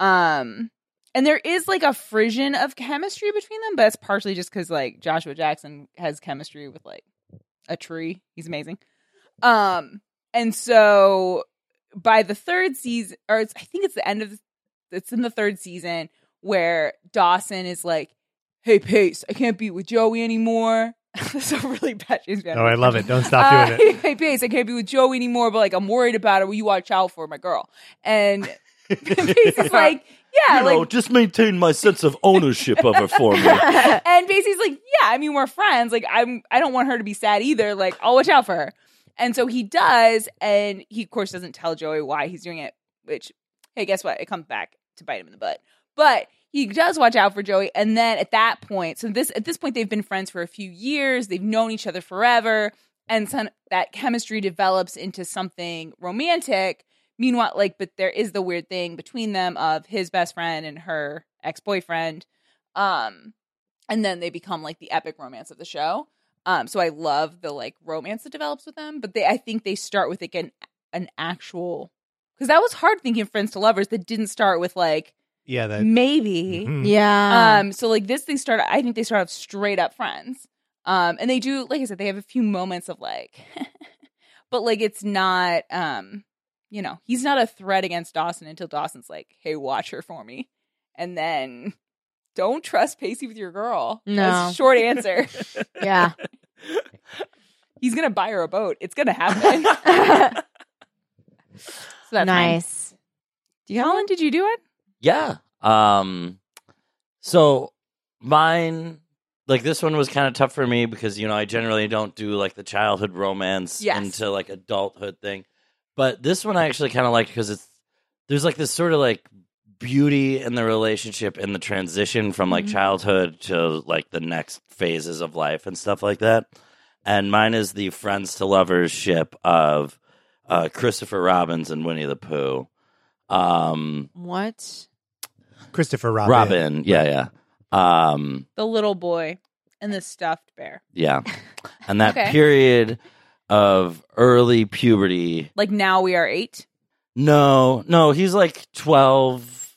Speaker 5: Um and there is like a frisson of chemistry between them, but it's partially just cuz like Joshua Jackson has chemistry with like a tree. He's amazing. Um and so by the third season or it's, I think it's the end of the, it's in the third season where Dawson is like, "Hey Pace, I can't be with Joey anymore." That's a really bad James Van.
Speaker 3: Oh, I love it. Don't stop
Speaker 5: Uh,
Speaker 3: doing it.
Speaker 5: Hey Pace, I can't be with Joey anymore, but like I'm worried about her. Will you watch out for my girl? And Pace is like, "Yeah,
Speaker 6: you
Speaker 5: like
Speaker 6: know, just maintain my sense of ownership of her for me.
Speaker 5: and Basie's like, yeah, I mean, we're friends. Like, I'm, I don't want her to be sad either. Like, I'll watch out for her. And so he does, and he of course doesn't tell Joey why he's doing it. Which, hey, guess what? It comes back to bite him in the butt. But he does watch out for Joey, and then at that point, so this at this point they've been friends for a few years. They've known each other forever, and some, that chemistry develops into something romantic. Meanwhile, like, but there is the weird thing between them of his best friend and her ex boyfriend Um, and then they become like the epic romance of the show. Um, so I love the like romance that develops with them, but they I think they start with like an an actual because that was hard thinking of friends to lovers that didn't start with like
Speaker 3: Yeah, that.
Speaker 5: maybe
Speaker 3: Mhm.
Speaker 4: Yeah.
Speaker 5: um, so like this, they start. I think they start off straight up friends. Um, and they do, like I said, they have a few moments of like, but like it's not, um, you know, he's not a threat against Dawson until Dawson's like, "Hey, watch her for me," and then don't trust Pacey with your girl. That's
Speaker 4: No.
Speaker 5: short answer. uh,
Speaker 4: yeah.
Speaker 5: he's gonna buy her a boat. It's gonna happen. so that's nice.
Speaker 4: nice.
Speaker 5: Do you, Colin, did you do it?
Speaker 6: Yeah. Um so mine like this one was kind of tough for me because you know I generally don't do like the childhood romance
Speaker 5: Yes.
Speaker 6: into like adulthood thing. But this one I actually kind of liked because it's there's like this sort of like beauty in the relationship and the transition from like
Speaker 5: Mhm.
Speaker 6: childhood to like the next phases of life and stuff like that. And mine is the friends to lovers ship of uh, Christopher Robbins and Winnie the Pooh. Um,
Speaker 4: What?
Speaker 3: Christopher Robin.
Speaker 6: Robin. Yeah, yeah. Um,
Speaker 5: The little boy and the stuffed bear,
Speaker 6: yeah. And that
Speaker 5: Okay.
Speaker 6: period of early puberty.
Speaker 5: like now we are eight.
Speaker 6: No, no, he's like 12,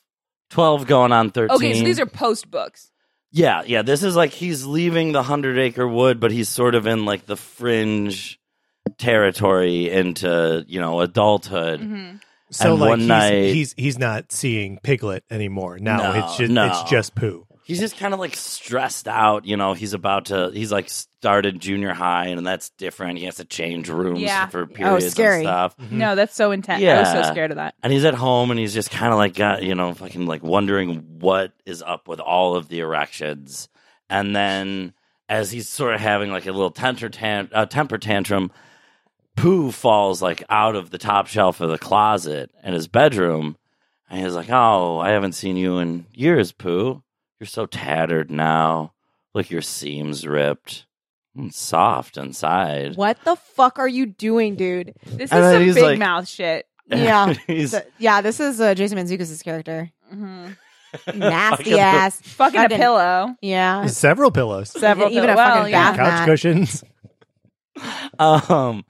Speaker 6: 12 going on 13.
Speaker 5: Okay, so these are post books.
Speaker 6: Yeah, yeah. This is like he's leaving the Hundred Acre Wood, but he's sort of in like the fringe territory into, you know, adulthood.
Speaker 5: Mm-hmm.
Speaker 3: So
Speaker 6: And
Speaker 3: like
Speaker 6: one
Speaker 3: he's,
Speaker 6: night-
Speaker 3: he's he's not seeing Piglet anymore. Now
Speaker 6: No,
Speaker 3: it's just
Speaker 6: no.
Speaker 3: it's just poo.
Speaker 6: He's just kind of like stressed out, you know. He's about to, he's like started junior high, and that's different. He has to change rooms
Speaker 5: Yeah. Oh,
Speaker 6: for periods
Speaker 4: scary.
Speaker 6: and stuff.
Speaker 5: No, that's so intense. I was so
Speaker 6: Yeah.
Speaker 5: scared of that.
Speaker 6: And he's at home and he's just kind of like, got, you know, fucking like wondering what is up with all of the erections. And then as he's sort of having like a little temper, tan- uh, temper tantrum, Pooh falls like out of the top shelf of the closet in his bedroom. And he's like, oh, I haven't seen you in years, Pooh. You're so tattered now. Look, your seams ripped and soft inside.
Speaker 4: What the fuck are you doing, dude?
Speaker 5: This is
Speaker 6: And then
Speaker 5: some
Speaker 6: he's
Speaker 5: big
Speaker 6: like-
Speaker 5: mouth shit.
Speaker 4: Yeah.
Speaker 6: He's-
Speaker 4: So- yeah, this is uh, Jason Manzukis' character.
Speaker 5: Mhm.
Speaker 4: Nasty
Speaker 6: Fucking-
Speaker 4: ass.
Speaker 5: Fucking a pillow.
Speaker 4: Yeah.
Speaker 3: Several pillows,
Speaker 5: Several
Speaker 4: even a
Speaker 5: pillow-
Speaker 4: fucking
Speaker 5: well, yeah.
Speaker 4: bath
Speaker 3: couch
Speaker 4: mat.
Speaker 3: cushions.
Speaker 6: um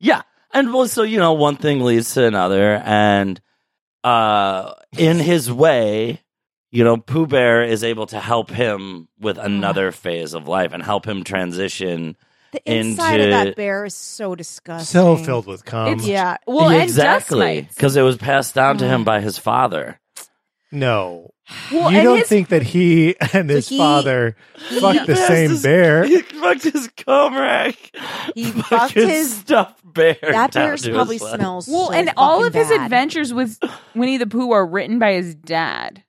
Speaker 6: yeah and well so you know one thing leads to another and uh in his way you know Pooh Bear is able to help him with
Speaker 4: Mm.
Speaker 6: another phase of life and help him transition
Speaker 4: The inside of that
Speaker 6: into-
Speaker 4: bear is so disgusting.
Speaker 3: So filled with cum.
Speaker 5: It's- yeah. Well,
Speaker 6: exactly
Speaker 5: and dust mites.
Speaker 6: because it was passed down to
Speaker 4: Mm.
Speaker 6: him by his father
Speaker 3: No,
Speaker 5: Well,
Speaker 3: you
Speaker 5: and
Speaker 3: don't
Speaker 5: his-
Speaker 3: think that he and his
Speaker 4: he-
Speaker 3: father fucked the
Speaker 6: Passed
Speaker 3: same
Speaker 6: his-
Speaker 3: bear?
Speaker 6: he fucked his cum rack
Speaker 4: He
Speaker 6: Fucking
Speaker 4: fucked his-
Speaker 6: stuffed bear
Speaker 4: That
Speaker 6: down
Speaker 4: bear
Speaker 6: to his
Speaker 4: probably
Speaker 6: son.
Speaker 4: smells.
Speaker 5: well,
Speaker 4: so
Speaker 5: and all
Speaker 4: fucking
Speaker 5: of his
Speaker 4: bad.
Speaker 5: adventures with Winnie the Pooh are written by his dad.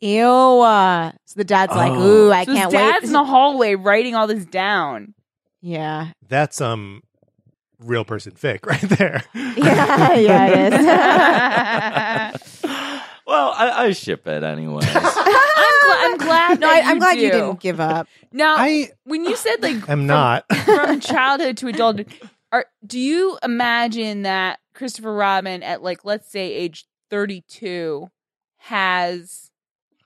Speaker 4: Ew. uh, So the dad's like,
Speaker 6: Oh.
Speaker 4: ooh, I
Speaker 5: so
Speaker 4: can't
Speaker 5: his dad's
Speaker 4: wait.
Speaker 5: in the hallway writing all this down.
Speaker 4: yeah.
Speaker 3: That's um real person fic right there.
Speaker 4: Yeah, yeah, it is.
Speaker 6: well I, I ship it anyways
Speaker 5: I'm, gl- I'm glad.
Speaker 4: no, I,
Speaker 5: that
Speaker 4: I'm glad you
Speaker 5: do.
Speaker 4: didn't give up.
Speaker 5: Now,
Speaker 3: I
Speaker 5: when you said like
Speaker 3: am not.
Speaker 5: from childhood to adulthood. Are do you imagine that Christopher Robin at like let's say age 32 has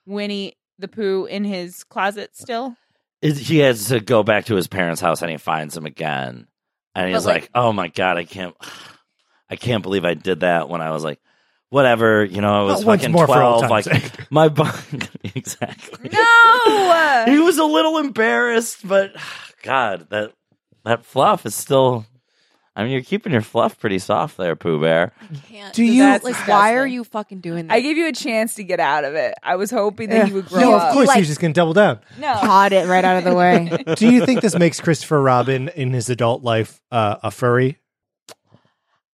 Speaker 5: Winnie the Pooh in his closet still?
Speaker 6: is- he has to go back to his parents' house and he finds him again. And he's
Speaker 5: But,
Speaker 6: like,
Speaker 5: like-
Speaker 6: "Oh my god, I can't, I can't believe I did that when I was like, whatever, you know, I was
Speaker 3: Once
Speaker 6: fucking
Speaker 3: more for all
Speaker 6: twelve,
Speaker 3: time's
Speaker 6: like
Speaker 3: sake.
Speaker 6: my body, exactly.
Speaker 5: No.
Speaker 6: he was a little embarrassed, but God, that that fluff is still. I mean, you're keeping your fluff pretty soft there, Pooh Bear.
Speaker 3: Do you?
Speaker 5: That's
Speaker 4: like,
Speaker 5: disgusting.
Speaker 4: why are you fucking doing that?
Speaker 5: I gave you a chance to get out of it. I was hoping that you would grow
Speaker 3: no,
Speaker 5: up.
Speaker 3: of course
Speaker 4: Like-
Speaker 3: he's just gonna double down.
Speaker 5: No.
Speaker 4: caught it right out of the way.
Speaker 3: Do you think this makes Christopher Robin in his adult life uh, a furry,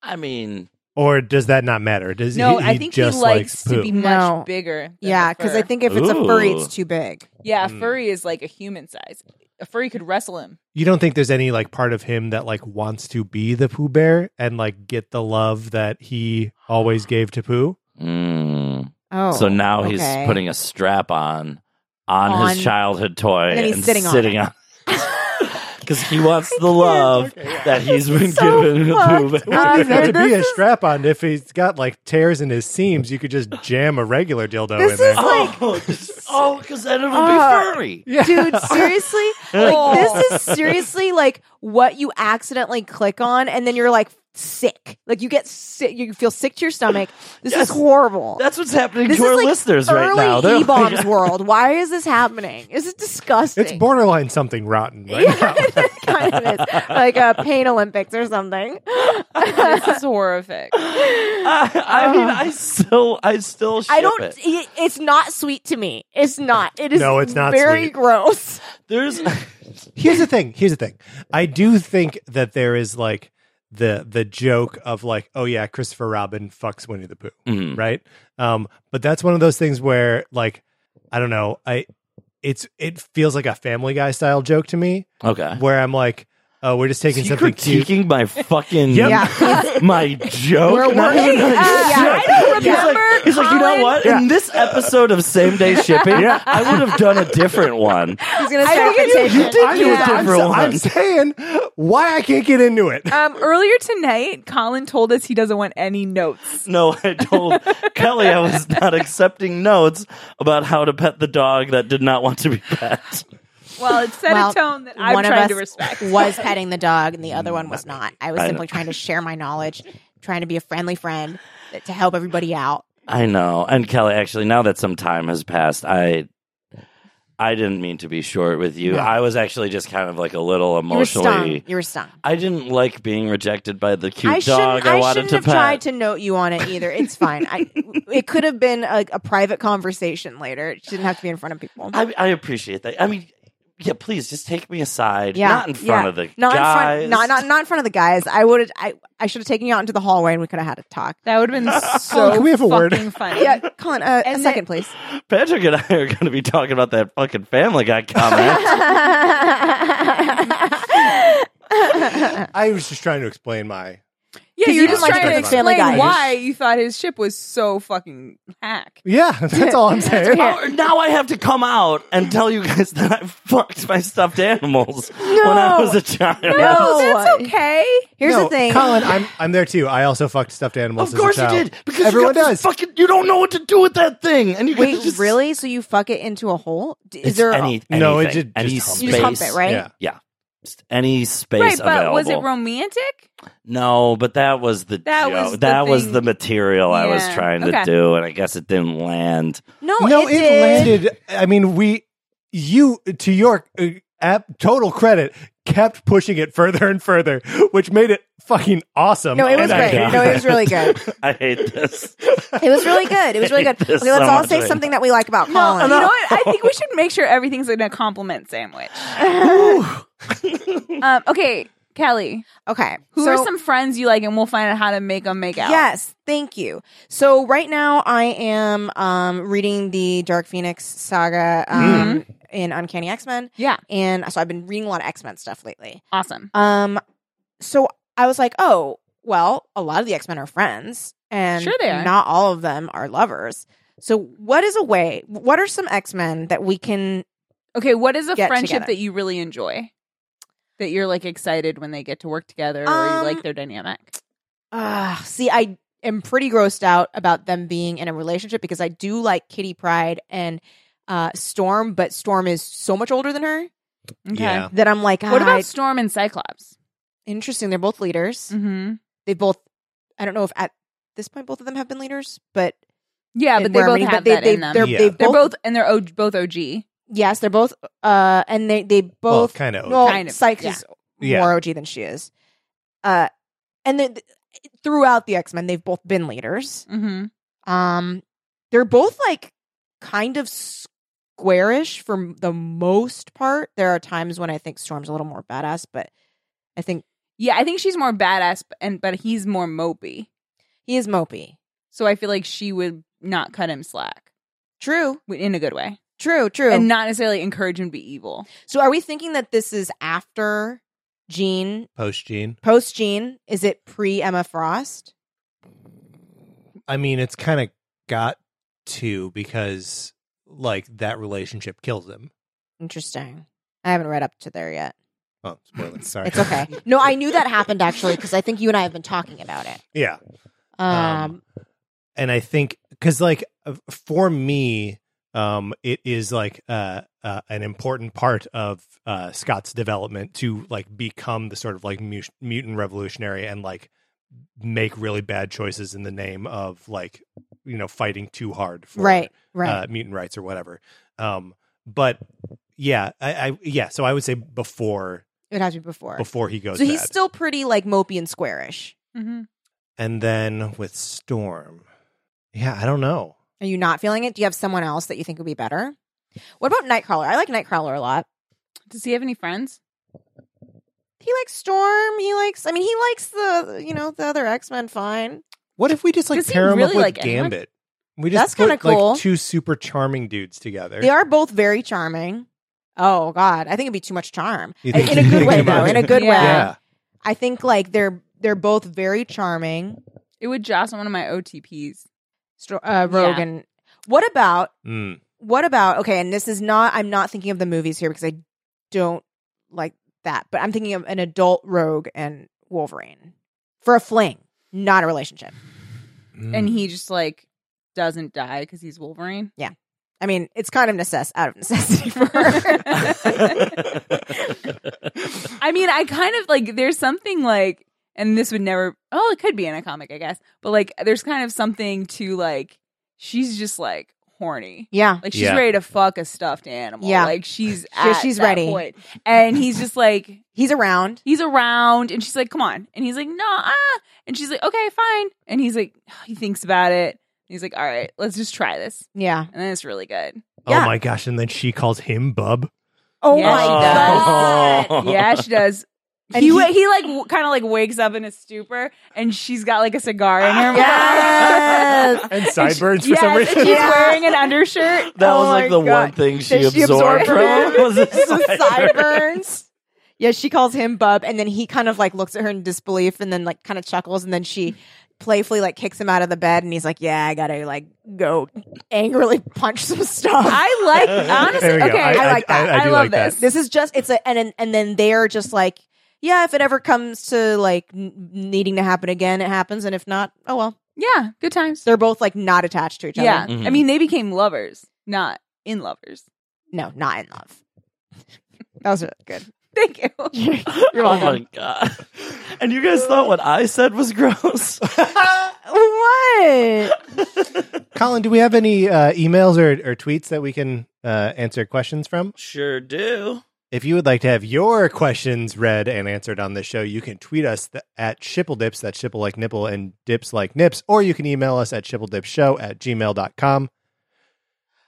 Speaker 6: I mean,
Speaker 3: or does that not matter? Does
Speaker 5: No,
Speaker 3: he,
Speaker 5: I think he
Speaker 3: just
Speaker 5: likes
Speaker 3: poo?
Speaker 5: to be
Speaker 4: No.
Speaker 5: much bigger. than
Speaker 4: yeah,
Speaker 5: a
Speaker 4: because
Speaker 5: fur.
Speaker 4: I think if it's a furry,
Speaker 6: Ooh.
Speaker 4: it's too big.
Speaker 5: yeah, a furry is like a human size. A furry could wrestle him.
Speaker 3: you don't think there's any like part of him that like wants to be the Pooh Bear and like get the love that he always gave to Pooh?
Speaker 6: mm.
Speaker 4: Oh,
Speaker 6: So now he's
Speaker 4: okay.
Speaker 6: putting a strap on on,
Speaker 4: On-
Speaker 6: his childhood toy
Speaker 4: And then he's sitting on it.
Speaker 6: because he wants the love that he's been given to Pooh Bear.
Speaker 3: It doesn't have to be a strap on. If he's got like tears in his seams, you could just jam a regular dildo in
Speaker 4: This
Speaker 3: there.
Speaker 4: is like
Speaker 6: Oh, just Oh, because then it'll
Speaker 4: Uh,
Speaker 6: be furry.
Speaker 3: Yeah.
Speaker 4: Dude, seriously? like this is seriously like what you accidentally click on and then you're like sick. Like you get sick you feel sick to your stomach. This
Speaker 6: Yes.
Speaker 4: is horrible.
Speaker 6: That's what's happening
Speaker 4: this
Speaker 6: to our
Speaker 4: is like
Speaker 6: listeners
Speaker 4: early
Speaker 6: right now. They're like-
Speaker 4: E-bombs world. Why is this happening? This is disgusting.
Speaker 3: It's borderline something rotten right
Speaker 4: Yeah,
Speaker 3: now.
Speaker 4: it kind of is. Like a pain Olympics or something.
Speaker 5: this is horrific.
Speaker 6: I, I mean, I still, I still. Ship
Speaker 4: Uh. I don't.
Speaker 6: It.
Speaker 4: It, it's not sweet to me. It's not. It is.
Speaker 3: No, it's not
Speaker 4: Very
Speaker 3: sweet.
Speaker 4: gross.
Speaker 6: There's.
Speaker 3: here's the thing here's the thing i do think that there is like the the joke of like oh yeah christopher robin fucks winnie the pooh
Speaker 6: Mhm.
Speaker 3: right um but that's one of those things where like i don't know i it's it feels like a family guy style joke to me
Speaker 6: Okay.
Speaker 3: where i'm like oh we're just taking
Speaker 6: Is he
Speaker 3: something
Speaker 6: critiquing
Speaker 3: cute
Speaker 6: my fucking
Speaker 3: Yep.
Speaker 6: my joke.
Speaker 4: We're
Speaker 6: Not
Speaker 4: working-
Speaker 6: even
Speaker 4: Uh,
Speaker 6: a joke.
Speaker 4: yeah, I don't
Speaker 6: He's like-
Speaker 5: remember,
Speaker 6: He's like, you know
Speaker 5: Colin."
Speaker 6: what? In this episode of Same Day Shipping, I would have done a different one.
Speaker 4: He's gonna
Speaker 3: I
Speaker 4: start
Speaker 3: don't
Speaker 4: a
Speaker 3: get
Speaker 4: petition.
Speaker 3: you did do
Speaker 6: Yeah.
Speaker 3: it I'm,
Speaker 6: Different
Speaker 3: I'm
Speaker 6: one.
Speaker 3: saying why i can't get into it
Speaker 6: Uh,
Speaker 5: Um, earlier tonight, Colin told us he doesn't want any notes.
Speaker 6: No, I told Kelly I was not accepting notes about how to pet the dog that did not want to be pet.
Speaker 5: Well, it set
Speaker 4: Well,
Speaker 5: a tone that I'm
Speaker 4: one of
Speaker 5: trying
Speaker 4: us
Speaker 5: to respect.
Speaker 4: was petting the dog, and the other one was not. I was
Speaker 6: Mm, I
Speaker 4: simply trying to share my knowledge, trying to be a friendly friend to help everybody out.
Speaker 6: I know. And Kelly, actually, now that some time has passed, I I didn't mean to be short with you. I was actually just kind of like a little
Speaker 4: You were stung.
Speaker 6: emotionally.
Speaker 4: You were stung.
Speaker 6: I didn't like being rejected by the cute
Speaker 4: I
Speaker 6: dog
Speaker 4: shouldn't.
Speaker 6: I,
Speaker 4: I,
Speaker 6: wanted
Speaker 4: shouldn't
Speaker 6: to
Speaker 4: have
Speaker 6: pet.
Speaker 4: tried to note you on it either. It's fine. I. It could have been a, a private conversation later. It shouldn't have to be in front of people.
Speaker 6: I, I appreciate that. I mean, yeah, please just take me aside.
Speaker 4: Yeah,
Speaker 6: not in front
Speaker 4: yeah.
Speaker 6: of the
Speaker 4: not
Speaker 6: guys.
Speaker 4: In front, not, not not in front of the guys. I would. I I should have taken you out into the hallway and we could have had a talk.
Speaker 5: That would have been so
Speaker 3: Can we have a word?
Speaker 5: fucking funny.
Speaker 4: Yeah, Colin, uh, a
Speaker 5: And
Speaker 4: second, please.
Speaker 6: Patrick and I are going to be talking about that fucking Family Guy comment.
Speaker 3: i was just trying to explain my
Speaker 5: Yeah,
Speaker 4: 'Cause
Speaker 5: you're
Speaker 4: you
Speaker 5: just
Speaker 4: didn't like
Speaker 5: trying to
Speaker 3: the
Speaker 5: explain
Speaker 4: Family Guy.
Speaker 5: why you thought his ship was so fucking hack.
Speaker 3: yeah that's all i'm saying
Speaker 6: Oh, now I have to come out and tell you guys that I fucked my stuffed animals when I was a child.
Speaker 4: No. uh,
Speaker 5: that's okay.
Speaker 4: Here's
Speaker 3: no,
Speaker 4: the thing.
Speaker 3: Colin. I'm I'm there too. I also fucked stuffed animals.
Speaker 6: Of
Speaker 3: as a
Speaker 6: course you
Speaker 3: child.
Speaker 6: did because
Speaker 3: everyone
Speaker 6: you got
Speaker 3: does.
Speaker 6: This fucking, you don't know what to do with that thing, and you
Speaker 4: Wait,
Speaker 6: guys just
Speaker 4: really? So you fuck it into a hole? D- Is
Speaker 6: It's
Speaker 4: there?
Speaker 6: any,
Speaker 3: No, it
Speaker 6: anything,
Speaker 3: just-
Speaker 6: any
Speaker 3: just
Speaker 6: space?
Speaker 3: hump it.
Speaker 4: you just hump it, right?
Speaker 3: Yeah.
Speaker 6: Yeah, Just any space
Speaker 5: right, but
Speaker 6: available.
Speaker 5: was it romantic?
Speaker 6: No, but that was the
Speaker 5: That
Speaker 6: joke.
Speaker 5: was the
Speaker 6: that was
Speaker 5: thing.
Speaker 6: the material I was
Speaker 5: Yeah.
Speaker 6: trying to
Speaker 5: Okay.
Speaker 6: do, and I guess it didn't land.
Speaker 4: No,
Speaker 3: no,
Speaker 4: Oh, it,
Speaker 3: it,
Speaker 4: did.
Speaker 3: landed. I mean, we, you, to your uh, app, total credit, kept pushing it further and further, which made it fucking awesome.
Speaker 4: No, it was
Speaker 3: And I
Speaker 4: great.
Speaker 3: hate
Speaker 4: No, it
Speaker 3: that.
Speaker 4: was really good.
Speaker 6: I hate this.
Speaker 4: It was really good. It was really good.
Speaker 6: This
Speaker 4: Okay, let's
Speaker 6: so
Speaker 4: all
Speaker 6: much
Speaker 4: say
Speaker 6: right
Speaker 4: something that we like about
Speaker 5: No,
Speaker 4: Colin.
Speaker 5: you know what? I think we should make sure everything's in a compliment sandwich. um, okay, Kelly,
Speaker 4: Okay,
Speaker 5: who
Speaker 4: so-
Speaker 5: are some friends you like, and we'll find out how to make them make out.
Speaker 4: Yes, thank you. So right now I am um, reading the Dark Phoenix saga um, in Uncanny X Men,
Speaker 5: Hmm. yeah,
Speaker 4: and so I've been reading a lot of X Men stuff lately.
Speaker 5: awesome.
Speaker 4: Um, so I was like, oh, well, a lot of the X Men are friends, and
Speaker 5: Sure they are.
Speaker 4: not all of them are lovers. So, what is a way? What are some X Men that we can?
Speaker 5: Okay, what is a
Speaker 4: Get
Speaker 5: friendship
Speaker 4: together.
Speaker 5: that you really enjoy? That you're like excited when they get to work together, or
Speaker 4: Um,
Speaker 5: you like their dynamic?
Speaker 4: Uh, see, I am pretty grossed out about them being in a relationship because I do like Kitty Pride and uh, Storm, but Storm is so much older than her
Speaker 5: Okay.
Speaker 3: Yeah.
Speaker 4: that I'm like,
Speaker 5: What
Speaker 4: "Ah,
Speaker 5: about Storm and Cyclops?
Speaker 4: interesting? They're both leaders.
Speaker 5: Mm-hmm.
Speaker 4: They both. I don't know if at this point both of them have been leaders, but
Speaker 5: Yeah,
Speaker 4: in
Speaker 5: but they both
Speaker 4: Harmony,
Speaker 5: have
Speaker 4: but they,
Speaker 5: that
Speaker 4: they,
Speaker 5: in them.
Speaker 4: They're,
Speaker 5: They're,
Speaker 3: Yeah.
Speaker 4: they've both
Speaker 5: both and they're o- both OG.
Speaker 4: Yes, they're both, uh, and they they
Speaker 3: Well,
Speaker 4: both.
Speaker 3: kind of.
Speaker 4: well,
Speaker 5: Kind of,
Speaker 4: Sykes
Speaker 5: yeah.
Speaker 4: is
Speaker 3: Yeah.
Speaker 4: more OG than she is. Uh, and then throughout the X Men, they've both been leaders.
Speaker 5: Mm-hmm.
Speaker 4: Um, they're both like kind of squarish for m- the most part. There are times when I think Storm's a little more badass, but I think
Speaker 5: Yeah, I think she's more badass, b- and but he's more mopey.
Speaker 4: he is mopey.
Speaker 5: So I feel like she would not cut him slack
Speaker 4: True,
Speaker 5: w- in a good way,
Speaker 4: true, true.
Speaker 5: and not necessarily encourage him to be evil.
Speaker 4: so, are we thinking that this is after Jean,
Speaker 3: Post Gene.
Speaker 4: post Jean? Is it pre Emma Frost?
Speaker 3: I mean, it's kind of got to because like that relationship kills him.
Speaker 4: Interesting. I haven't read up to there yet.
Speaker 3: Oh, spoilers. Sorry.
Speaker 4: It's okay. No, I knew that happened actually because I think you and I have been talking about it.
Speaker 3: yeah.
Speaker 4: Um,
Speaker 3: Um, and I think because like uh, for me, um, it is like uh, uh, an important part of uh, Scott's development to like become the sort of like mu- mutant revolutionary and like make really bad choices in the name of like you know fighting too hard for
Speaker 4: right, right.
Speaker 3: uh, mutant rights or whatever. Um, but yeah, I, I yeah, so I would say before
Speaker 4: it has to be before.
Speaker 3: before he goes
Speaker 4: so he's
Speaker 3: bad.
Speaker 4: still pretty like mopey and squarish.
Speaker 5: Mhm.
Speaker 3: and then with Storm, yeah, I don't know.
Speaker 4: Are you not feeling it? Do you have someone else that you think would be better? What about Nightcrawler? I like Nightcrawler a lot.
Speaker 5: Does he have any friends?
Speaker 4: He likes Storm. He likes. I mean, he likes the you know the other X Men. Fine.
Speaker 3: What if we just like
Speaker 5: Does he
Speaker 3: pair him
Speaker 5: really
Speaker 3: up with
Speaker 5: like anyone?
Speaker 3: Gambit? We just
Speaker 4: That's kinda
Speaker 3: put, like,
Speaker 4: cool.
Speaker 3: two super charming dudes together.
Speaker 4: They are both very charming. Oh God, I think it'd be too much charm
Speaker 3: You
Speaker 4: in
Speaker 3: think-
Speaker 4: in a good
Speaker 3: too
Speaker 4: way
Speaker 3: much.
Speaker 4: though. In a good
Speaker 5: Yeah.
Speaker 4: way.
Speaker 3: yeah.
Speaker 4: I think like they're they're both very charming.
Speaker 5: It would jostle one of my OTPs.
Speaker 4: Stro- uh, Rogue
Speaker 5: Yeah.
Speaker 4: and what about
Speaker 3: Mm.
Speaker 4: what about okay? And this is not I'm not thinking of the movies here because I don't like that, but I'm thinking of an adult Rogue and Wolverine for a fling, not a relationship.
Speaker 3: Mm.
Speaker 5: And he just like doesn't die because he's Wolverine.
Speaker 4: I mean, it's kind of necess out of necessity for her.
Speaker 5: I mean, I kind of like there's something like, and this would never. Oh, it could be in a comic, I guess. But like, there's kind of something to like. She's just like horny.
Speaker 4: yeah.
Speaker 5: Like she's
Speaker 3: Yeah.
Speaker 5: ready to fuck a stuffed animal.
Speaker 4: Yeah.
Speaker 5: like she's
Speaker 4: Yeah,
Speaker 5: at
Speaker 4: she's
Speaker 5: that
Speaker 4: ready.
Speaker 5: point. And he's just like
Speaker 4: He's around.
Speaker 5: he's around, and she's like, "Come on," and he's like, "No, ah," and she's like, "Okay, fine," and he's like, he thinks about it. He's like, "All right, let's just try this,"
Speaker 4: Yeah.
Speaker 5: and then it's really good.
Speaker 4: Yeah.
Speaker 3: Oh my gosh! And then she calls him Bub.
Speaker 4: Oh
Speaker 5: Yeah,
Speaker 4: my
Speaker 5: she
Speaker 4: god.
Speaker 6: does.
Speaker 5: yeah, she does.
Speaker 4: And
Speaker 5: he,
Speaker 4: he-
Speaker 5: wa he like w- kind of like wakes up in a stupor, and she's got like a cigar in her
Speaker 4: Yes.
Speaker 5: mouth
Speaker 3: And
Speaker 5: she-
Speaker 3: sideburns for
Speaker 5: yes,
Speaker 3: some
Speaker 5: and
Speaker 3: reason.
Speaker 5: she's
Speaker 4: Yeah.
Speaker 5: wearing an undershirt.
Speaker 6: That
Speaker 4: Oh
Speaker 6: was like
Speaker 4: my
Speaker 6: the one
Speaker 4: God.
Speaker 6: thing she,
Speaker 4: Does she
Speaker 6: absorbed
Speaker 4: absorb
Speaker 6: from
Speaker 4: him?
Speaker 6: it. Was a
Speaker 4: Some
Speaker 6: sideburn.
Speaker 4: sideburns. Yeah, she calls him Bub, and then he kind of like looks at her in disbelief, and then like kind of chuckles, and then she playfully like kicks him out of the bed, and he's like, "Yeah, I gotta like go angrily punch some stuff."
Speaker 5: I like honestly.
Speaker 3: There we go.
Speaker 5: Okay,
Speaker 3: I-
Speaker 5: I,
Speaker 3: I-
Speaker 5: like that.
Speaker 3: I- I do
Speaker 5: love
Speaker 3: like that.
Speaker 5: this.
Speaker 4: this is just it's a and and, and then they're just like, "Yeah, if it ever comes to like n- needing to happen again, it happens, and if not, oh well."
Speaker 5: Yeah, good times.
Speaker 4: They're both like not attached to each other.
Speaker 5: Yeah,
Speaker 6: Mhm.
Speaker 5: I mean they became lovers, not in lovers.
Speaker 4: no, not in love. That was really good.
Speaker 5: Thank you.
Speaker 4: You're
Speaker 6: oh
Speaker 4: welcome.
Speaker 6: my god! And you guys thought what I said was gross.
Speaker 4: what?
Speaker 3: Colin, do we have any uh, emails or, or tweets that we can uh, answer questions from?
Speaker 6: sure do.
Speaker 3: If you would like to have your questions read and answered on this show, you can tweet us th- at shippledips, that's shipple like nipple and dips like nips, or you can email us at shippledipshow at gmail.com.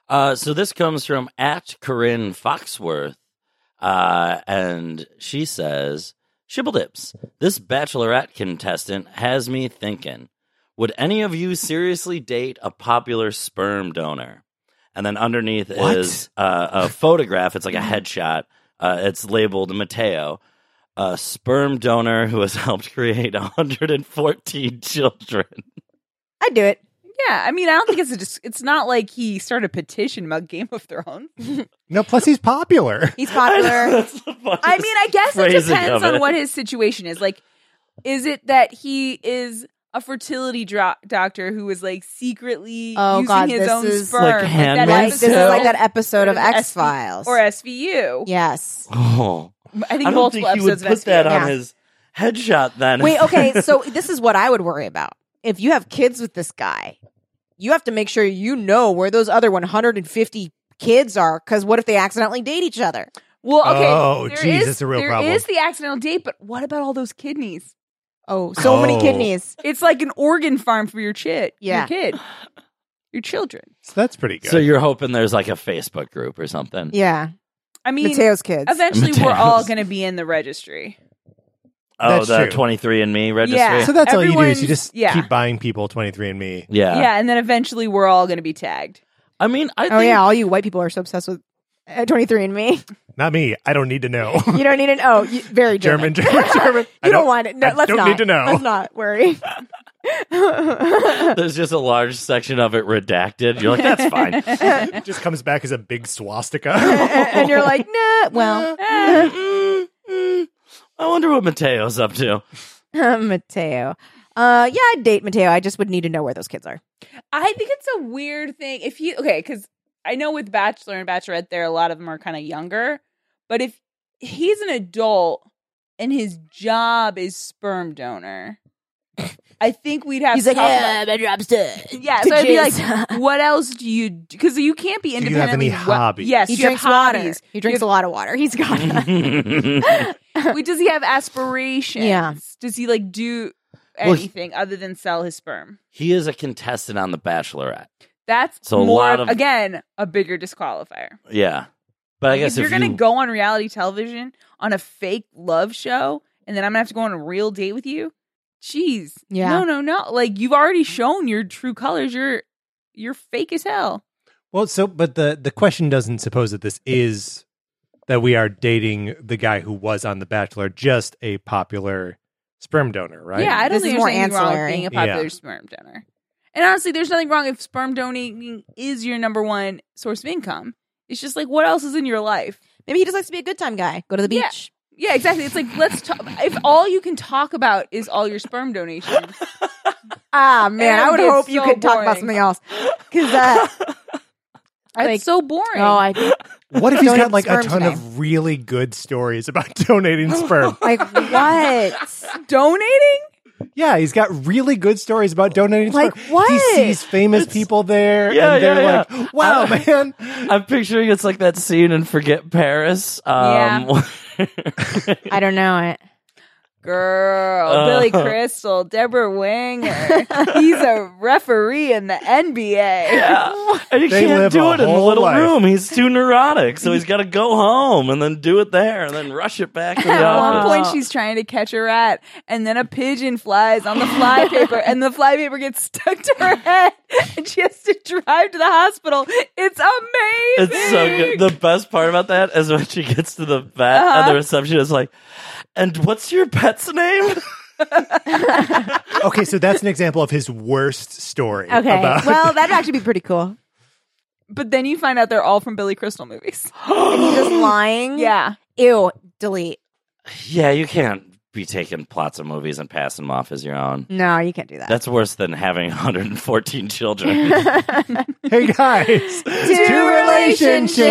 Speaker 6: Uh, so this comes from at Corinne Foxworth, uh, and she says, "Shibbledips, this bachelorette contestant has me thinking. Would any of you seriously date a popular sperm donor?" And then underneath is
Speaker 3: What?
Speaker 6: uh, a photograph. It's like a headshot. Uh, it's labeled Mateo, a sperm donor who has helped create 114 children.
Speaker 4: I do it.
Speaker 5: Yeah, I mean I don't think it's a. Dis- it's not like he started a petition about Game of Thrones.
Speaker 3: No, plus he's popular.
Speaker 4: He's popular.
Speaker 6: That's the funniest
Speaker 5: I mean, I guess it
Speaker 6: phrasing
Speaker 5: depends
Speaker 6: of
Speaker 5: on
Speaker 6: it.
Speaker 5: what his situation is. Like, is it that he is a fertility dro- doctor who is like secretly
Speaker 4: Oh,
Speaker 5: using
Speaker 4: God,
Speaker 5: his
Speaker 4: this
Speaker 5: own
Speaker 4: is-
Speaker 5: sperm?
Speaker 6: Like
Speaker 5: that
Speaker 6: Handmaid's
Speaker 4: like, this
Speaker 5: episode-
Speaker 4: is
Speaker 6: Tale?
Speaker 4: like that episode of
Speaker 5: Or S-
Speaker 4: X Files.
Speaker 5: or SVU.
Speaker 4: yes.
Speaker 6: Oh.
Speaker 5: I think
Speaker 6: I don't
Speaker 5: multiple
Speaker 6: think he would
Speaker 5: episodes of
Speaker 6: put
Speaker 5: SVU.
Speaker 6: that on
Speaker 4: Yeah.
Speaker 6: his headshot then.
Speaker 4: Wait. Okay. So this is what I would worry about. If you have kids with this guy, you have to make sure you know where those other 150 kids are. Because what if they accidentally date each other?
Speaker 5: Well, okay.
Speaker 3: Oh,
Speaker 5: there
Speaker 3: geez,
Speaker 5: is-
Speaker 3: that's a real
Speaker 5: there
Speaker 3: problem.
Speaker 5: is the accidental date, but what about all those kidneys?
Speaker 4: Oh, so many
Speaker 3: Oh.
Speaker 4: kidneys.
Speaker 5: It's like an organ farm for your chit,
Speaker 4: Yeah.
Speaker 5: your kid, your children.
Speaker 3: So that's pretty good.
Speaker 6: So you're hoping there's like a Facebook group or something?
Speaker 4: Yeah,
Speaker 5: I mean,
Speaker 4: Mateo's kids.
Speaker 5: eventually we're all
Speaker 6: Mateo's.
Speaker 5: going to be in the registry.
Speaker 6: Oh,
Speaker 3: That's
Speaker 6: the
Speaker 3: true.
Speaker 6: 23 and Me registry.
Speaker 5: Yeah.
Speaker 3: So that's all you do is
Speaker 5: Everyone's-
Speaker 3: you just
Speaker 5: yeah.
Speaker 3: keep buying people 23andMe.
Speaker 6: Yeah.
Speaker 5: yeah, and then eventually we're all going to be tagged.
Speaker 6: I mean, I
Speaker 4: oh
Speaker 6: think
Speaker 4: yeah, all you white people are so obsessed with uh, 23 and Me.
Speaker 3: Not me. I don't need to know.
Speaker 4: You don't need an oh, you, very
Speaker 3: German,
Speaker 4: German,
Speaker 3: German, German.
Speaker 4: you
Speaker 3: I
Speaker 4: don't,
Speaker 3: don't-
Speaker 4: want it. No,
Speaker 3: I
Speaker 4: let's
Speaker 3: don't
Speaker 4: not.
Speaker 3: need to know.
Speaker 4: Let's not worry.
Speaker 6: there's just a large section of it redacted. You're like, that's fine.
Speaker 3: it just comes back as a big swastika.
Speaker 4: and you're like, nah. Well,
Speaker 6: Mm, mm. I wonder what Mateo's up to.
Speaker 4: Mateo. Uh, yeah, I'd date Mateo. I just would need to know where those kids are.
Speaker 5: I think it's a weird thing. If you okay, because I know with Bachelor and Bachelorette, there a lot of them are kind of younger, but if he's an adult and his job is sperm donor, I think we'd have.
Speaker 7: He's
Speaker 5: to
Speaker 7: like,
Speaker 5: talk
Speaker 4: "Oh,
Speaker 7: yeah, my job's done.
Speaker 5: about- yeah. So I'd be
Speaker 7: Jizz.
Speaker 5: like, what else do you? Because you can't be
Speaker 3: you have any
Speaker 5: independently. we-
Speaker 3: hobbies?
Speaker 5: Yes,
Speaker 4: He
Speaker 5: you have
Speaker 4: drinks water.
Speaker 5: hobbies.
Speaker 4: He drinks a lot of water. He's got
Speaker 5: We- Does he have aspirations?
Speaker 4: Yeah.
Speaker 5: Does he like do
Speaker 6: Well, he-
Speaker 5: anything other than sell his sperm?
Speaker 6: he is a contestant on The Bachelorette.
Speaker 5: That's
Speaker 6: So a
Speaker 5: more
Speaker 6: lot of-
Speaker 5: again a bigger disqualifier.
Speaker 6: Yeah, but I guess
Speaker 5: if you're
Speaker 6: you-
Speaker 5: gonna go on reality television on a fake love show, and then I'm gonna have to go on a real date with you, jeez,
Speaker 4: Yeah.
Speaker 5: no, no, no. Like you've already shown your true colors. You're you're fake as hell.
Speaker 3: Well, so but the the question doesn't suppose that this is that we are dating the guy who was on The Bachelor, just a popular sperm donor, right?
Speaker 5: Yeah, I don't
Speaker 4: This is
Speaker 5: think there's
Speaker 4: more
Speaker 5: anything wrong with
Speaker 4: ancillary.
Speaker 5: being a popular
Speaker 3: Yeah.
Speaker 5: sperm donor. And honestly, there's nothing wrong if sperm donating is your number one source of income. It's just like what else is in your life?
Speaker 4: Maybe he just likes to be a good time guy. Go to the
Speaker 5: Yeah.
Speaker 4: beach.
Speaker 5: Yeah, exactly. It's like let's talk. If all you can talk about is all your sperm donations,
Speaker 4: Ah man,
Speaker 5: It
Speaker 4: I would
Speaker 5: gets
Speaker 4: hope you
Speaker 5: so
Speaker 4: could talk about
Speaker 5: boring.
Speaker 4: something else. Cause uh, Like-
Speaker 5: it's so boring.
Speaker 4: oh, I
Speaker 3: What if he's
Speaker 4: Donate
Speaker 3: got like a
Speaker 4: sperm
Speaker 3: ton
Speaker 4: today.
Speaker 3: of really good stories about donating sperm?
Speaker 4: like what?
Speaker 5: donating.
Speaker 3: yeah, he's got really good stories about donating
Speaker 4: Like
Speaker 3: sperm. He
Speaker 4: what?
Speaker 3: sees famous people there,
Speaker 6: Yeah,
Speaker 3: and they're
Speaker 6: yeah, yeah.
Speaker 3: like, "Wow,
Speaker 6: I-
Speaker 3: man!"
Speaker 6: I'm picturing it's like that scene in Forget Paris. Um,
Speaker 4: I don't know it.
Speaker 5: Girl,
Speaker 6: Uh.
Speaker 5: Billy Crystal, Deborah Winger. He's a referee in the NBA.
Speaker 6: yeah. And he
Speaker 3: They
Speaker 6: can't
Speaker 3: live
Speaker 6: do
Speaker 3: a
Speaker 6: it in the
Speaker 3: whole
Speaker 6: little
Speaker 3: life.
Speaker 6: room. He's too neurotic. So he's got to go home and then do it there and then rush it back to the
Speaker 5: At one
Speaker 6: office.
Speaker 5: point, she's trying to catch a rat, and then a pigeon flies on the flypaper, and the flypaper gets stuck to her head, and she has to drive to the hospital. It's amazing.
Speaker 6: It's so good. The best part about that is when she gets to the vet and
Speaker 4: Uh-huh.
Speaker 6: the receptionist is like, and what's your pet's name?
Speaker 3: okay, so that's an example of his worst story.
Speaker 4: Okay.
Speaker 3: about-
Speaker 4: Well, that'd actually be pretty cool.
Speaker 5: but then you find out they're all from Billy Crystal movies.
Speaker 4: And he's just lying.
Speaker 5: Yeah.
Speaker 4: Ew. Delete.
Speaker 6: yeah, you can't be taking plots of movies and passing them off as your own.
Speaker 4: No, you can't do that.
Speaker 6: That's worse than having 114 children.
Speaker 3: hey guys, two